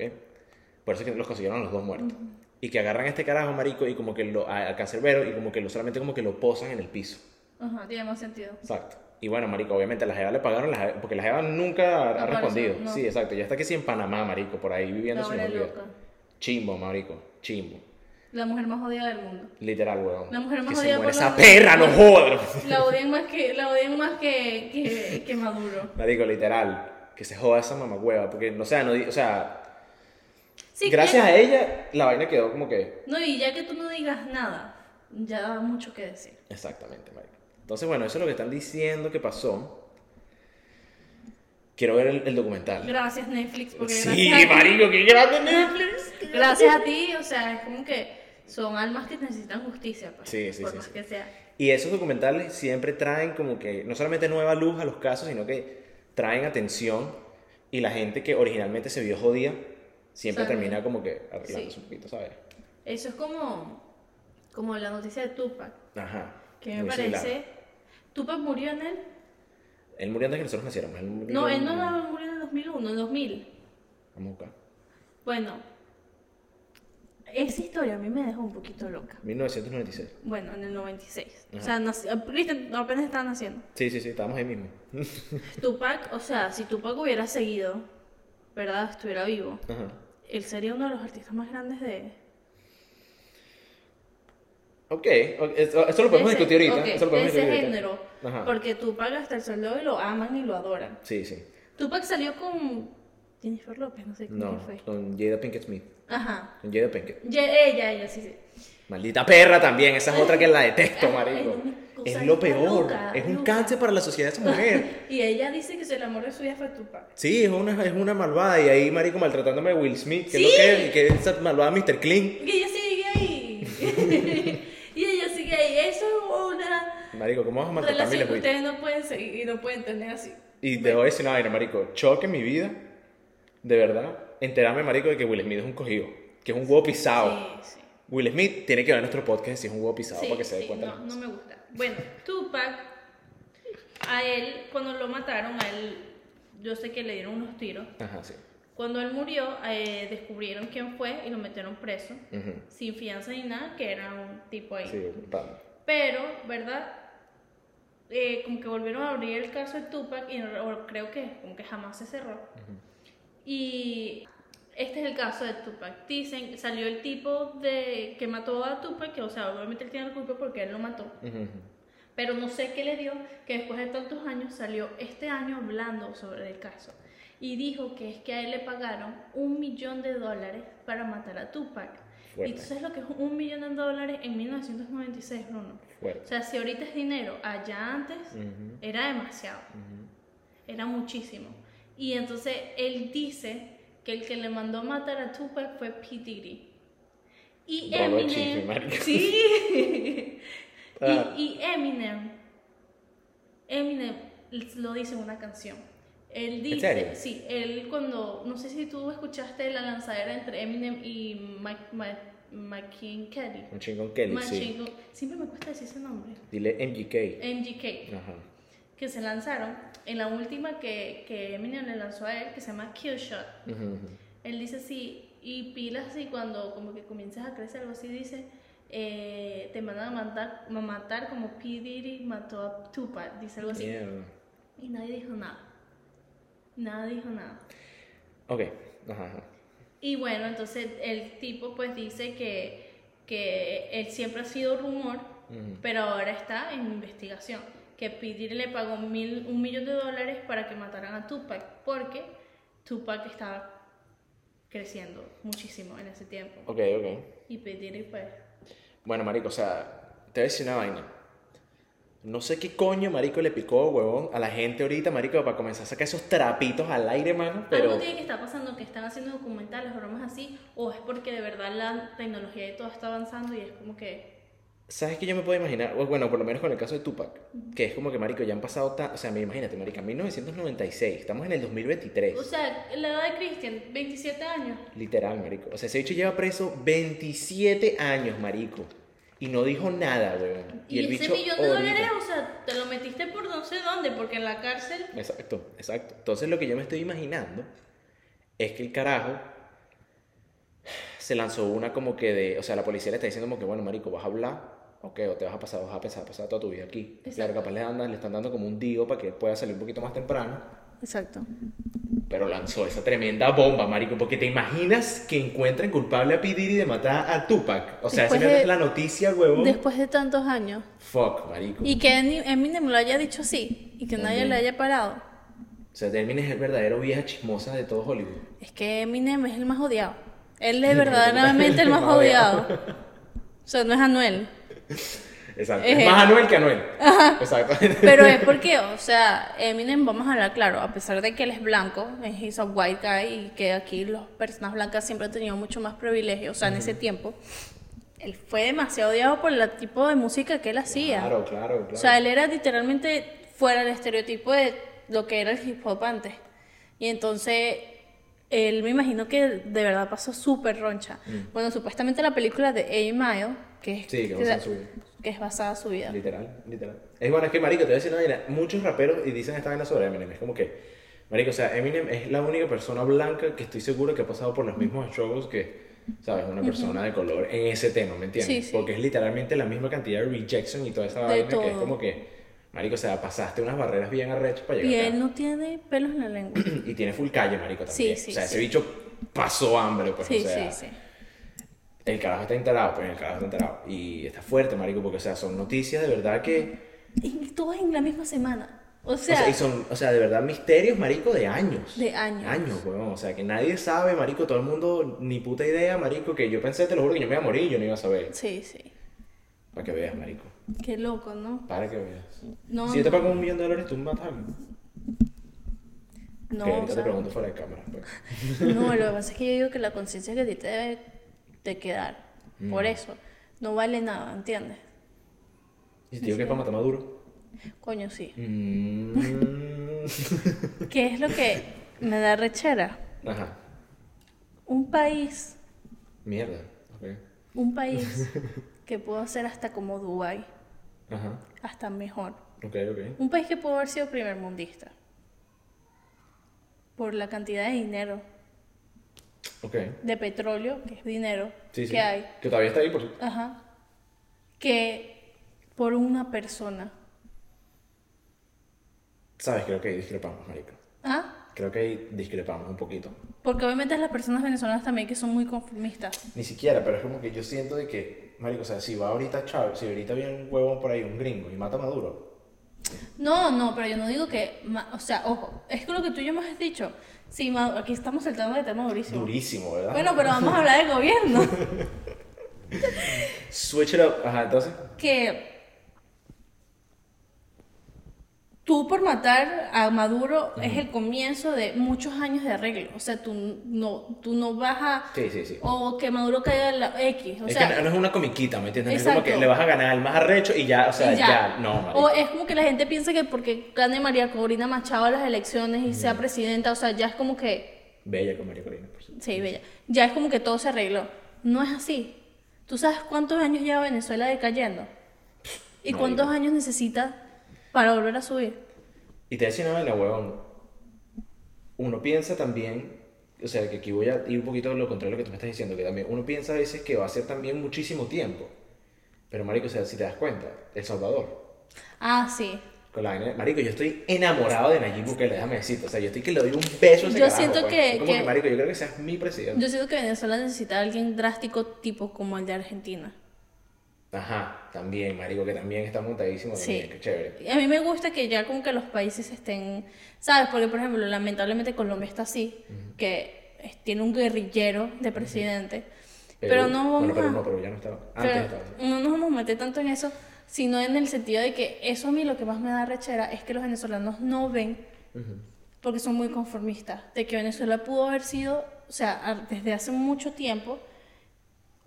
[SPEAKER 1] Por eso es que los consiguieron a los dos muertos. Y que agarran a este carajo, marico, y como que lo, a- al cancerbero, y como que lo, solamente como que lo posan en el piso.
[SPEAKER 2] Ajá, tiene más sentido.
[SPEAKER 1] Exacto. Y bueno, marico, obviamente las jeva le pagaron, la jeva- porque la jeva nunca ha- ha,
[SPEAKER 2] Apareció,
[SPEAKER 1] respondido.
[SPEAKER 2] no.
[SPEAKER 1] Sí, exacto. Ya está que sí en Panamá, marico, por ahí viviendo
[SPEAKER 2] La
[SPEAKER 1] su
[SPEAKER 2] mujer
[SPEAKER 1] mejor vida.
[SPEAKER 2] loca.
[SPEAKER 1] Chimbo, marico, chimbo.
[SPEAKER 2] La mujer más odiada del mundo.
[SPEAKER 1] Literal, weón.
[SPEAKER 2] La mujer más
[SPEAKER 1] que se
[SPEAKER 2] odiada
[SPEAKER 1] muera
[SPEAKER 2] por
[SPEAKER 1] esa
[SPEAKER 2] los-
[SPEAKER 1] perra, no jodas.
[SPEAKER 2] La odian más que, la odian más que, que, que Maduro.
[SPEAKER 1] Marico, literal, que se joda esa mamacueva, porque, no sea, no, di- o sea,
[SPEAKER 2] Sí,
[SPEAKER 1] gracias
[SPEAKER 2] que-
[SPEAKER 1] a ella, la vaina quedó como que...
[SPEAKER 2] No, y ya que tú no digas nada, ya da mucho que decir.
[SPEAKER 1] Exactamente, marico. Entonces, bueno, eso es lo que están diciendo que pasó. Quiero ver el, el documental.
[SPEAKER 2] Gracias Netflix, porque
[SPEAKER 1] Sí,
[SPEAKER 2] gracias, a ti,
[SPEAKER 1] marico, qué grande Netflix.
[SPEAKER 2] gracias a ti, o sea, es como que son almas que necesitan justicia, pues,
[SPEAKER 1] Sí, sí,
[SPEAKER 2] por
[SPEAKER 1] sí,
[SPEAKER 2] más
[SPEAKER 1] sí.
[SPEAKER 2] que sea.
[SPEAKER 1] Y esos documentales siempre traen como que no solamente nueva luz a los casos, sino que traen atención y la gente que originalmente se vio jodida siempre
[SPEAKER 2] Sale.
[SPEAKER 1] termina como que arreglándose
[SPEAKER 2] Sí.
[SPEAKER 1] un poquito, ¿sabes?
[SPEAKER 2] Eso es como, como la noticia de Tupac,
[SPEAKER 1] Ajá.
[SPEAKER 2] que me
[SPEAKER 1] Muy
[SPEAKER 2] parece...
[SPEAKER 1] similar.
[SPEAKER 2] ¿Tupac murió en él?
[SPEAKER 1] Él murió antes que nosotros naciéramos. Él murió
[SPEAKER 2] No, él
[SPEAKER 1] en-
[SPEAKER 2] no murió en el 2001, en 2000.
[SPEAKER 1] Vamos a buscar.
[SPEAKER 2] Bueno, esa historia a mí me dejó un poquito loca.
[SPEAKER 1] 1996.
[SPEAKER 2] Bueno, en el 96. O
[SPEAKER 1] Ajá.
[SPEAKER 2] sea, nací- Kristen apenas estaba naciendo.
[SPEAKER 1] Sí, sí, sí, estábamos ahí mismo.
[SPEAKER 2] Tupac, o sea, si Tupac hubiera seguido, ¿verdad? Estuviera vivo.
[SPEAKER 1] Ajá.
[SPEAKER 2] Él sería uno de los artistas más grandes de...
[SPEAKER 1] Ok, o- eso, eso lo podemos
[SPEAKER 2] de ese-
[SPEAKER 1] discutir ahorita.
[SPEAKER 2] ok,
[SPEAKER 1] eso lo podemos
[SPEAKER 2] de ese
[SPEAKER 1] discutir ahorita.
[SPEAKER 2] género.
[SPEAKER 1] Ajá.
[SPEAKER 2] Porque Tupac hasta el sol de hoy lo aman y lo adoran.
[SPEAKER 1] Sí, sí.
[SPEAKER 2] Tupac salió con Jennifer López, no sé quién
[SPEAKER 1] No,
[SPEAKER 2] fue.
[SPEAKER 1] con Jada Pinkett Smith.
[SPEAKER 2] Ajá.
[SPEAKER 1] Con Jada Pinkett.
[SPEAKER 2] Ye- ella, ella, sí, sí.
[SPEAKER 1] Maldita perra también, esa es otra que la detesto,
[SPEAKER 2] Ay,
[SPEAKER 1] marico.
[SPEAKER 2] no, o sea,
[SPEAKER 1] Es lo
[SPEAKER 2] está
[SPEAKER 1] peor.
[SPEAKER 2] loca,
[SPEAKER 1] es un
[SPEAKER 2] loca.
[SPEAKER 1] cáncer para la sociedad esa mujer.
[SPEAKER 2] Y ella dice que el amor de su vida fue Tupac.
[SPEAKER 1] Sí, es una, es una malvada. Y ahí, marico, maltratándome a Will Smith, que es lo
[SPEAKER 2] Sí.
[SPEAKER 1] que es, y que es esa malvada Mr. Clean.
[SPEAKER 2] Y ella sigue ahí. y ella sigue ahí. Eso es una
[SPEAKER 1] Marico, ¿cómo vas a maltratar a
[SPEAKER 2] relación
[SPEAKER 1] Will
[SPEAKER 2] que
[SPEAKER 1] Smith?
[SPEAKER 2] ustedes no pueden seguir y no pueden tener así.
[SPEAKER 1] Y te voy a decir una vaina, marico. Choque en mi vida, de verdad, enterarme, marico, de que Will Smith es un cogido, que es un huevo pisado.
[SPEAKER 2] Sí, sí.
[SPEAKER 1] Will Smith tiene que ver nuestro podcast si es un huevo pisado
[SPEAKER 2] Sí,
[SPEAKER 1] para que se dé
[SPEAKER 2] sí,
[SPEAKER 1] cuenta.
[SPEAKER 2] No, no me gusta. Bueno, Tupac, a él, cuando lo mataron, a él, yo sé que le dieron unos tiros.
[SPEAKER 1] Ajá, sí.
[SPEAKER 2] Cuando él murió, eh, descubrieron quién fue y lo metieron preso,
[SPEAKER 1] Ujú.
[SPEAKER 2] sin fianza ni nada, que era un tipo ahí.
[SPEAKER 1] Sí, tal.
[SPEAKER 2] Pero, ¿verdad? Eh, como que volvieron a abrir el caso de Tupac y no- o creo que como que jamás se cerró. Y este es el caso de Tupac. Dicen, salió el tipo de que mató a Tupac, que o sea, obviamente él tiene la culpa porque él lo mató.
[SPEAKER 1] Ujú, ujú.
[SPEAKER 2] Pero no sé qué le dio, que después de tantos años salió este año hablando sobre el caso. Y dijo que es que a él le pagaron un millón de dólares para matar a Tupac.
[SPEAKER 1] Fuerte.
[SPEAKER 2] Y tú sabes lo que es un millón de dólares en 1996, Bruno. O
[SPEAKER 1] Fuerte.
[SPEAKER 2] sea, si ahorita es dinero, allá antes
[SPEAKER 1] Ujú.
[SPEAKER 2] era demasiado, era muchísimo. Y entonces él dice que el que le mandó matar a Tupac fue P. Diddy. Y
[SPEAKER 1] Bravo, chiste,
[SPEAKER 2] Eminem.
[SPEAKER 1] marica.
[SPEAKER 2] Sí.
[SPEAKER 1] Ah.
[SPEAKER 2] y, y Eminem. Eminem lo dice en una canción. Él dice,
[SPEAKER 1] serio?
[SPEAKER 2] sí, él cuando, no sé si tú escuchaste la lanzadera entre Eminem y Mike, Mike, Machine Kelly.
[SPEAKER 1] Un chingón Kelly, sí.
[SPEAKER 2] Machine Gun- Siempre me cuesta decir ese nombre.
[SPEAKER 1] Dile MGK.
[SPEAKER 2] MGK,
[SPEAKER 1] Ajá.
[SPEAKER 2] que se lanzaron. En la última que, que Eminem le lanzó a él, que se llama Kill Shot,
[SPEAKER 1] Ujú, ujú.
[SPEAKER 2] él dice así, y pilas, y cuando como que comienzas a crecer, algo así, dice, eh, te mandan a matar, a matar como P. Diddy mató a Tupac, dice algo así.
[SPEAKER 1] Mierda.
[SPEAKER 2] Y nadie dijo nada. Nadie dijo nada.
[SPEAKER 1] Ok. Ajá, ajá.
[SPEAKER 2] Y bueno, entonces el tipo pues dice que, que él siempre ha sido rumor,
[SPEAKER 1] Ujú.
[SPEAKER 2] pero ahora está en investigación. Que P. Diddy le pagó mil, un millón de dólares para que mataran a Tupac, porque Tupac estaba creciendo muchísimo en ese tiempo.
[SPEAKER 1] Ok, ok.
[SPEAKER 2] Y P. Diddy pues...
[SPEAKER 1] Bueno, marico, o sea, te voy a decir una vaina. No sé qué coño, marico, le picó, huevón, a la gente ahorita, marico, para comenzar a sacar esos trapitos al aire, mano. Pero
[SPEAKER 3] Algo tiene que estar pasando, que están haciendo documentales o bromas así, o es porque de verdad la tecnología y todo está avanzando y es como que...
[SPEAKER 1] ¿Sabes qué yo me puedo imaginar? O, Bueno, por lo menos con el caso de Tupac, que es como que, marico, ya han pasado, ta- o sea, me imagínate, marica, 1996, estamos en el 2023,
[SPEAKER 3] O sea, la edad de Christian, 27 años.
[SPEAKER 1] literal, marico. O sea, ese bicho lleva preso 27 años, marico, y no dijo nada, huevón.
[SPEAKER 3] Y,
[SPEAKER 1] el
[SPEAKER 3] ese
[SPEAKER 1] bicho
[SPEAKER 3] millón de
[SPEAKER 1] ahorita-
[SPEAKER 3] dólares, o sea, te lo metiste por no sé dónde, porque en la cárcel...
[SPEAKER 1] Exacto, exacto. Entonces lo que yo me estoy imaginando es que el carajo se lanzó una como que de, o sea, la policía le está diciendo como que, bueno, marico, vas a hablar, ok, o te vas a pasar, vas a pasar, pasar toda tu vida aquí. Claro,
[SPEAKER 3] Exacto.
[SPEAKER 1] capaz le, andan, le están dando como un digo para que pueda salir un poquito más temprano,
[SPEAKER 3] Exacto.
[SPEAKER 1] pero lanzó esa tremenda bomba, marico, porque te imaginas que encuentren culpable a P. Diddy de matar a Tupac. O sea, esa
[SPEAKER 2] Después
[SPEAKER 1] mierda
[SPEAKER 2] de-
[SPEAKER 1] es la noticia, huevón.
[SPEAKER 2] Después de tantos años.
[SPEAKER 1] Fuck, marico.
[SPEAKER 2] Y que Eni- Eminem lo haya dicho así y que nadie
[SPEAKER 1] También.
[SPEAKER 2] le haya parado.
[SPEAKER 1] O sea, Termin es el verdadero vieja chismosa de todo Hollywood.
[SPEAKER 2] Es que Eminem es el más odiado. Él es verdaderamente el más odiado. O sea, no es Anuel.
[SPEAKER 1] Exacto.
[SPEAKER 2] Es
[SPEAKER 1] Es más Anuel que Anuel. Exacto.
[SPEAKER 2] Pero es porque, o sea, Eminem, vamos a hablar claro, a pesar de que él es blanco, es he's a white guy y que aquí las personas blancas siempre han tenido mucho más privilegio, o sea, en ese tiempo, él fue demasiado odiado por el tipo de música que él hacía.
[SPEAKER 1] Claro, claro, claro.
[SPEAKER 2] O sea, él era literalmente fuera del estereotipo de lo que era el hip hop antes. Y entonces, él me imagino que de verdad pasó súper roncha. Bueno, supuestamente la película de A Mile, que es,
[SPEAKER 1] Mm. Sí, que basada en su vida.
[SPEAKER 2] que es basada en su vida.
[SPEAKER 1] Literal, literal. Es bueno, es que Marico, te voy a decir una vaina. Muchos raperos y dicen esta vaina sobre Eminem. Es como que, Marico, o sea, Eminem es la única persona blanca que estoy seguro que ha pasado por los mismos struggles que, ¿sabes? Una persona de color en ese tema, ¿me entiendes?
[SPEAKER 2] Sí, sí.
[SPEAKER 1] Porque es literalmente la misma cantidad de rejection y toda esa
[SPEAKER 2] De
[SPEAKER 1] vaina que es
[SPEAKER 2] todo.
[SPEAKER 1] como que, Marico, o sea, pasaste unas barreras bien arrechas para
[SPEAKER 2] Y
[SPEAKER 1] llegar
[SPEAKER 2] él
[SPEAKER 1] acá.
[SPEAKER 2] no tiene pelos en la lengua.
[SPEAKER 1] Y tiene full calle, Marico, también.
[SPEAKER 2] sí,
[SPEAKER 1] o sea,
[SPEAKER 2] sí.
[SPEAKER 1] ese bicho pasó hambre, pues.
[SPEAKER 2] Sí,
[SPEAKER 1] o sea,
[SPEAKER 2] sí, sí.
[SPEAKER 1] El carajo está enterado, pues el carajo está enterado. Y está fuerte, marico, porque, o sea, son noticias de verdad que...
[SPEAKER 2] Y todos en la misma semana. O
[SPEAKER 1] O
[SPEAKER 2] sea,
[SPEAKER 1] sea, y son, o sea, de verdad misterios, marico, de años.
[SPEAKER 2] De años.
[SPEAKER 1] Años, weón. O sea, que nadie sabe, marico, todo el mundo, ni puta idea, marico, que yo pensé, te lo juro, que yo me iba a morir, yo no iba a saber.
[SPEAKER 2] sí, sí.
[SPEAKER 1] Para que veas, marico.
[SPEAKER 2] Qué loco, ¿no?
[SPEAKER 1] Para que veas.
[SPEAKER 2] No,
[SPEAKER 1] si yo te
[SPEAKER 2] no.
[SPEAKER 1] pago un millón de dólares, tú me matas a mí.
[SPEAKER 2] No,
[SPEAKER 1] que
[SPEAKER 2] o
[SPEAKER 1] ahorita te
[SPEAKER 2] sea,
[SPEAKER 1] pregunto fuera de cámara. pues.
[SPEAKER 2] no, lo que pasa es que yo digo que la conciencia que a ti te debe de quedar
[SPEAKER 1] Mm.
[SPEAKER 2] por eso no vale nada, ¿entiendes?
[SPEAKER 1] Y te digo que es para matar a Maduro.
[SPEAKER 2] Coño, sí.
[SPEAKER 1] Mm.
[SPEAKER 2] ¿Qué es lo que me da rechera?
[SPEAKER 1] Ajá.
[SPEAKER 2] Un país,
[SPEAKER 1] Mierda. Ok.
[SPEAKER 2] un país que pudo ser hasta como Dubái,
[SPEAKER 1] Ajá.
[SPEAKER 2] hasta mejor.
[SPEAKER 1] Ok, ok.
[SPEAKER 2] Un país que pudo haber sido primermundista por la cantidad de dinero
[SPEAKER 1] Ok.
[SPEAKER 2] de petróleo, que es dinero,
[SPEAKER 1] Sí, sí.
[SPEAKER 2] que hay,
[SPEAKER 1] Que todavía está ahí, por cierto.
[SPEAKER 2] ajá, que por una persona.
[SPEAKER 1] Sabes, creo que ahí discrepamos, marico.
[SPEAKER 2] ¿Ah?
[SPEAKER 1] Creo que ahí discrepamos un poquito.
[SPEAKER 2] Porque obviamente las personas venezolanas también que son muy conformistas.
[SPEAKER 1] Ni siquiera, pero es como que yo siento de que, marico, o sea, si va ahorita Chávez, si ahorita viene un huevón por ahí, un gringo, y mata a Maduro.
[SPEAKER 2] No, no, pero yo no digo que, ma- o sea, ojo, es que lo que tú ya me has dicho. Sí, Maduro- aquí estamos saltando de tema durísimo.
[SPEAKER 1] Durísimo, ¿verdad?
[SPEAKER 2] Bueno, pero vamos a hablar del gobierno.
[SPEAKER 1] Switch it up. Ajá, entonces.
[SPEAKER 2] que tú por matar a Maduro es el comienzo de muchos años de arreglo. O sea, tú no, tú no vas a...
[SPEAKER 1] Sí, sí, sí.
[SPEAKER 2] O que Maduro caiga en la X. O
[SPEAKER 1] es
[SPEAKER 2] sea,
[SPEAKER 1] que no, no es una comiquita, ¿me entiendes? No Es como
[SPEAKER 2] Exacto.
[SPEAKER 1] que le vas a ganar al más arrecho y ya, o sea,
[SPEAKER 2] y
[SPEAKER 1] ya. no, marico.
[SPEAKER 2] o eh es como que la gente piensa que porque gane María Corina Machado las elecciones y sea presidenta, o sea, ya es como que...
[SPEAKER 1] Bella con María Corina, por cierto.
[SPEAKER 2] Sí, bella. Ya es como que todo se arregló. No es así. ¿Tú sabes cuántos años lleva Venezuela decayendo? ¿Y
[SPEAKER 1] No,
[SPEAKER 2] cuántos
[SPEAKER 1] digo.
[SPEAKER 2] años necesita para volver a subir?
[SPEAKER 1] Y te decía una vaina, huevón. Uno piensa también, o sea, que aquí voy a ir un poquito lo contrario a lo que tú me estás diciendo, que también uno piensa a veces que va a ser también muchísimo tiempo. Pero, marico, o sea, si te das cuenta, El Salvador.
[SPEAKER 2] Ah, sí.
[SPEAKER 1] Con la vaina de- marico, yo estoy enamorado de Nayib Bukele, déjame decirte. O sea, yo estoy que le doy un beso a ese
[SPEAKER 2] Yo
[SPEAKER 1] carajo,
[SPEAKER 2] siento
[SPEAKER 1] pues.
[SPEAKER 2] que-
[SPEAKER 1] Es como que,
[SPEAKER 2] que-
[SPEAKER 1] marico, yo creo que seas mi presidente.
[SPEAKER 2] Yo siento que Venezuela necesita a alguien drástico tipo como el de Argentina.
[SPEAKER 1] Ajá, también, marico, que también está montadísimo.
[SPEAKER 2] Sí.
[SPEAKER 1] También, qué chévere.
[SPEAKER 2] Y A mí me gusta que ya como que los países estén, ¿sabes? Porque, por ejemplo, lamentablemente Colombia está así, que es- tiene un guerrillero de presidente. Pero no
[SPEAKER 1] bueno,
[SPEAKER 2] vamos
[SPEAKER 1] pero
[SPEAKER 2] a...
[SPEAKER 1] no, pero ya no estaba. Antes
[SPEAKER 2] pero
[SPEAKER 1] estaba.
[SPEAKER 2] no nos vamos a meter tanto en eso. sino en el sentido de que eso a mí lo que más me da rechera es que los venezolanos no ven, porque son muy conformistas, de que Venezuela pudo haber sido, o sea, a- desde hace mucho tiempo,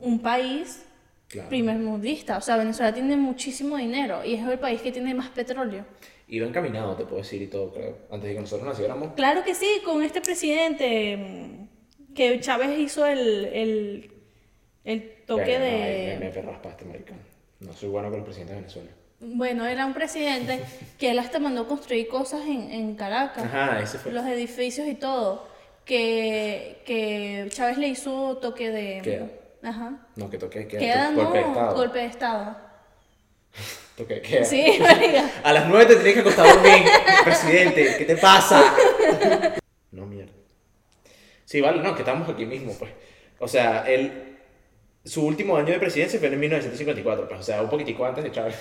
[SPEAKER 2] un país
[SPEAKER 1] Claro.
[SPEAKER 2] primermundista. O sea, Venezuela tiene muchísimo dinero y es el país que tiene más petróleo.
[SPEAKER 1] Iba encaminado, te puedo decir y todo, creo. Antes de que nosotros naciéramos.
[SPEAKER 2] Claro que sí, con este presidente mm, que Chávez hizo el, el, el toque
[SPEAKER 1] Verga, no,
[SPEAKER 2] de...
[SPEAKER 1] ahí Me, me raspaste, marica. No soy bueno con los presidentes de Venezuela.
[SPEAKER 2] Bueno, era un presidente que él hasta mandó construir cosas en, en Caracas,
[SPEAKER 1] Ajá, ese fue.
[SPEAKER 2] los edificios y todo, que, que Chávez le hizo toque de...
[SPEAKER 1] Queda.
[SPEAKER 2] Ajá.
[SPEAKER 1] No, que toque, que
[SPEAKER 2] Queda,
[SPEAKER 1] to-
[SPEAKER 2] no,
[SPEAKER 1] golpe de estado.
[SPEAKER 2] golpe de estado.
[SPEAKER 1] Toque, queda.
[SPEAKER 2] Sí, marica.
[SPEAKER 1] A las 9 te tienes que acostar a dormir, presidente. ¿Qué te pasa? No, mierda. Sí, vale, no, que estamos aquí mismo, pues. O sea, él. Su último año de presidencia fue en 1954, pues. O sea, un poquitico antes de Chávez.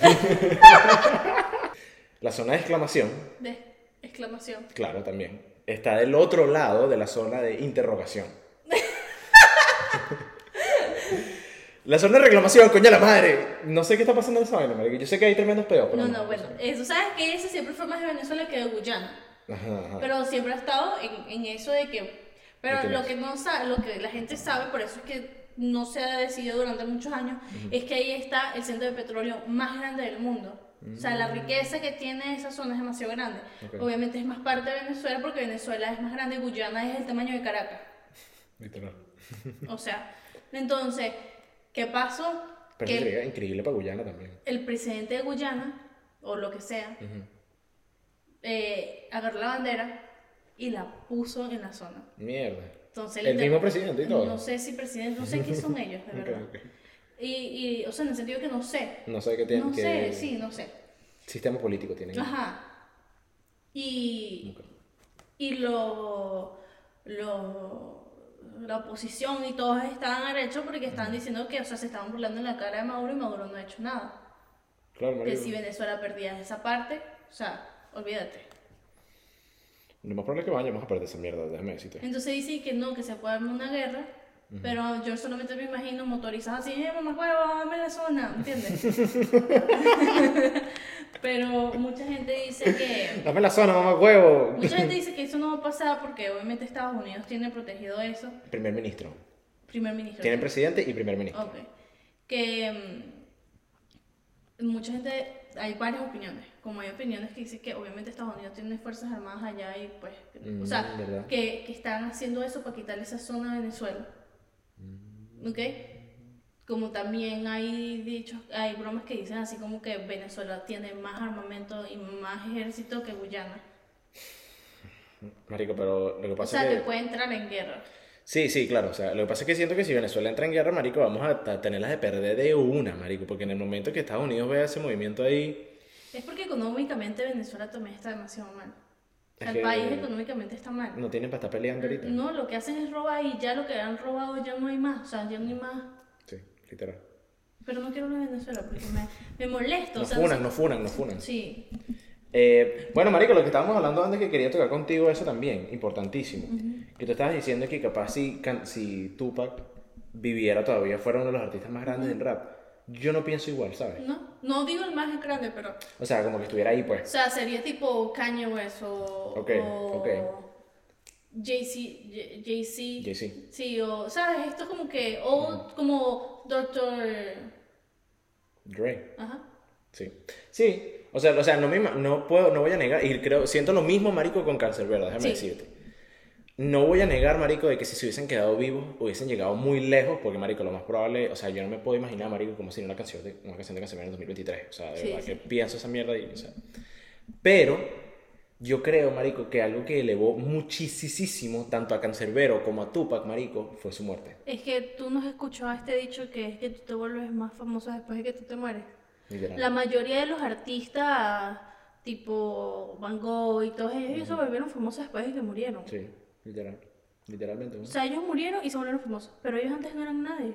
[SPEAKER 1] la zona de exclamación,
[SPEAKER 2] De exclamación.
[SPEAKER 1] claro, también. Está del otro lado de la zona de interrogación. La zona de reclamación, coño la madre. No sé qué está pasando en esa vaina, marico. Yo sé que hay tremendos peos, pero
[SPEAKER 2] No, no, bueno, eso, ¿sabes que Eso siempre fue más de Venezuela que de Guyana.
[SPEAKER 1] Ajá, ajá.
[SPEAKER 2] Pero siempre ha estado en, en eso de que. Pero
[SPEAKER 1] Ah. ¿De qué
[SPEAKER 2] lo
[SPEAKER 1] más?
[SPEAKER 2] que no sa- lo que la gente sabe, por eso es que no se ha decidido durante muchos años, es que ahí está el centro de petróleo más grande del mundo. O sea, la riqueza que tiene esa zona es demasiado grande.
[SPEAKER 1] Mm. Ok.
[SPEAKER 2] Obviamente es más parte de Venezuela porque Venezuela es más grande, Guyana es el tamaño de Caracas.
[SPEAKER 1] Literal.
[SPEAKER 2] O sea, entonces, ¿qué pasó?
[SPEAKER 1] Pero
[SPEAKER 2] que
[SPEAKER 1] sería increíble para Guyana también.
[SPEAKER 2] el presidente de Guyana, o lo que sea, eh, agarró la bandera y la puso en la zona.
[SPEAKER 1] Mierda.
[SPEAKER 2] Entonces,
[SPEAKER 1] El
[SPEAKER 2] liter-
[SPEAKER 1] mismo presidente y todo.
[SPEAKER 2] No sé si presidente, no sé quién son ellos, de
[SPEAKER 1] Ok,
[SPEAKER 2] verdad.
[SPEAKER 1] ok.
[SPEAKER 2] Y, y, o sea, en el sentido que no sé.
[SPEAKER 1] No sé qué tiene.
[SPEAKER 2] No
[SPEAKER 1] qué
[SPEAKER 2] sé, sí, no sé.
[SPEAKER 1] Sistema político tienen.
[SPEAKER 2] Ajá. Y,
[SPEAKER 1] Ok.
[SPEAKER 2] y lo, lo, la oposición y todos estaban arrechos porque estaban diciendo que, o sea, se estaban burlando en la cara de Maduro y Maduro no ha hecho nada.
[SPEAKER 1] Claro,
[SPEAKER 2] Que
[SPEAKER 1] marico.
[SPEAKER 2] si Venezuela perdía esa parte, o sea, olvídate.
[SPEAKER 1] Lo más probable es que vayamos a perder esa mierda, déjame decirte.
[SPEAKER 2] Entonces dicen que no, que se puede armar una guerra, pero yo solamente me imagino motorizadas así, eh, mamá huevo, dame la zona, ¿entiendes? pero mucha gente dice que
[SPEAKER 1] Dame la zona, mamá huevo.
[SPEAKER 2] mucha gente dice que eso no va a pasar porque obviamente Estados Unidos tiene protegido eso,
[SPEAKER 1] Primer ministro.
[SPEAKER 2] primer ministro.
[SPEAKER 1] Tienen presidente y primer ministro.
[SPEAKER 2] Ok. Que mm, mucha gente, hay varias opiniones. Como hay opiniones que dicen que obviamente Estados Unidos tiene fuerzas armadas allá y pues,
[SPEAKER 1] Mm,
[SPEAKER 2] o sea,
[SPEAKER 1] ¿verdad?
[SPEAKER 2] que, que están haciendo eso para quitarle esa zona a Venezuela.
[SPEAKER 1] Mm.
[SPEAKER 2] ¿Ok? Como también hay dichos, hay bromas que dicen así como que Venezuela tiene más armamento y más ejército que Guyana.
[SPEAKER 1] Marico, pero lo que
[SPEAKER 2] O
[SPEAKER 1] pasa
[SPEAKER 2] sea,
[SPEAKER 1] es
[SPEAKER 2] que
[SPEAKER 1] que.
[SPEAKER 2] puede entrar en guerra.
[SPEAKER 1] Sí, sí, claro. O sea, lo que pasa es que siento que si Venezuela entra en guerra, marico, vamos a ta- tenerlas de perder de una, marico. Porque en el momento que Estados Unidos vea ese movimiento ahí.
[SPEAKER 2] Es porque económicamente Venezuela también está demasiado mal. O sea,
[SPEAKER 1] Es
[SPEAKER 2] el
[SPEAKER 1] que-
[SPEAKER 2] país económicamente está mal.
[SPEAKER 1] No tienen para estar peleando ahorita.
[SPEAKER 2] No, lo que hacen es robar y ya lo que han robado ya no hay más, o sea, ya no hay más.
[SPEAKER 1] Sí, literal.
[SPEAKER 2] Pero no quiero hablar de Venezuela porque me, me molesto, o
[SPEAKER 1] Nos
[SPEAKER 2] sea,
[SPEAKER 1] funan,
[SPEAKER 2] no
[SPEAKER 1] nos funan, nos funan.
[SPEAKER 2] sé- sí.
[SPEAKER 1] Eh, bueno, Marico, lo que estábamos hablando antes que quería tocar contigo, eso también, importantísimo. Que tú estabas diciendo que capaz si, can- si Tupac viviera todavía, fuera uno de los artistas más grandes del rap. Yo no pienso igual, ¿sabes?
[SPEAKER 2] No, no digo el más grande, pero o
[SPEAKER 1] O sea, como que estuviera ahí, pues.
[SPEAKER 2] sea, sería tipo Kanye West o
[SPEAKER 1] Ok,
[SPEAKER 2] o
[SPEAKER 1] ok.
[SPEAKER 2] Jay-Z, J- Jay-Z.
[SPEAKER 1] Jay-Z. Mm.
[SPEAKER 2] Sí, o sabes, esto es como que o como Doctor
[SPEAKER 1] Dre.
[SPEAKER 2] Ajá.
[SPEAKER 1] Sí. Sí. O sea, o sea no, me ima- no puedo, no voy a negar, y creo, siento lo mismo, Marico, con Cáncer, ¿verdad? Déjame
[SPEAKER 2] Sí.
[SPEAKER 1] decirte. No voy a negar, Marico, de que si se hubiesen quedado vivos, hubiesen llegado muy lejos, porque, Marico, lo más probable, o sea, yo no me puedo imaginar, Marico, como sería una canción de, una canción de Canserbero en 2023. O sea, de
[SPEAKER 2] Sí,
[SPEAKER 1] verdad
[SPEAKER 2] sí.
[SPEAKER 1] que pienso esa mierda y, o sea. Pero yo creo, Marico, que algo que elevó muchísimo tanto a Cancerbero como a Tupac, Marico, fue su muerte.
[SPEAKER 2] Es que tú nos escuchaste este dicho que es que tú te vuelves más famoso después de que tú te mueres.
[SPEAKER 1] Literal.
[SPEAKER 2] La mayoría de los artistas, tipo Van Gogh y todos ellos, ellos se volvieron famosos después de que murieron.
[SPEAKER 1] Sí, literal. Literalmente. ¿no?
[SPEAKER 2] O sea, ellos murieron y se volvieron famosos, pero ellos antes no eran nadie.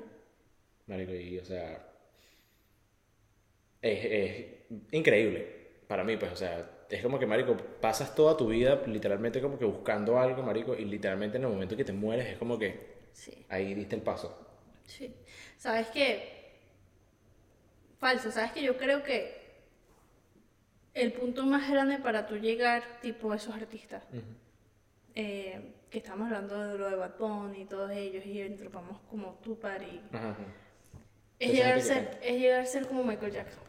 [SPEAKER 1] Marico, y o sea. Es, es increíble para mí, pues, o sea, es como que, Marico, pasas toda tu vida literalmente como que buscando algo, Marico, y literalmente en el momento que te mueres es como que
[SPEAKER 2] Sí,
[SPEAKER 1] ahí diste el paso.
[SPEAKER 2] sí. ¿Sabes qué? Falso, ¿sabes qué? Yo creo que
[SPEAKER 4] el punto más grande para tú llegar, tipo, a esos artistas. eh, que estamos hablando de lo de Bad Bunny y todos ellos, y entramos como Tupac y...
[SPEAKER 1] Ajá, ajá.
[SPEAKER 4] Es
[SPEAKER 1] Esa
[SPEAKER 4] llegar, a
[SPEAKER 1] gente que
[SPEAKER 4] ser, es llegar a ser como Michael Jackson.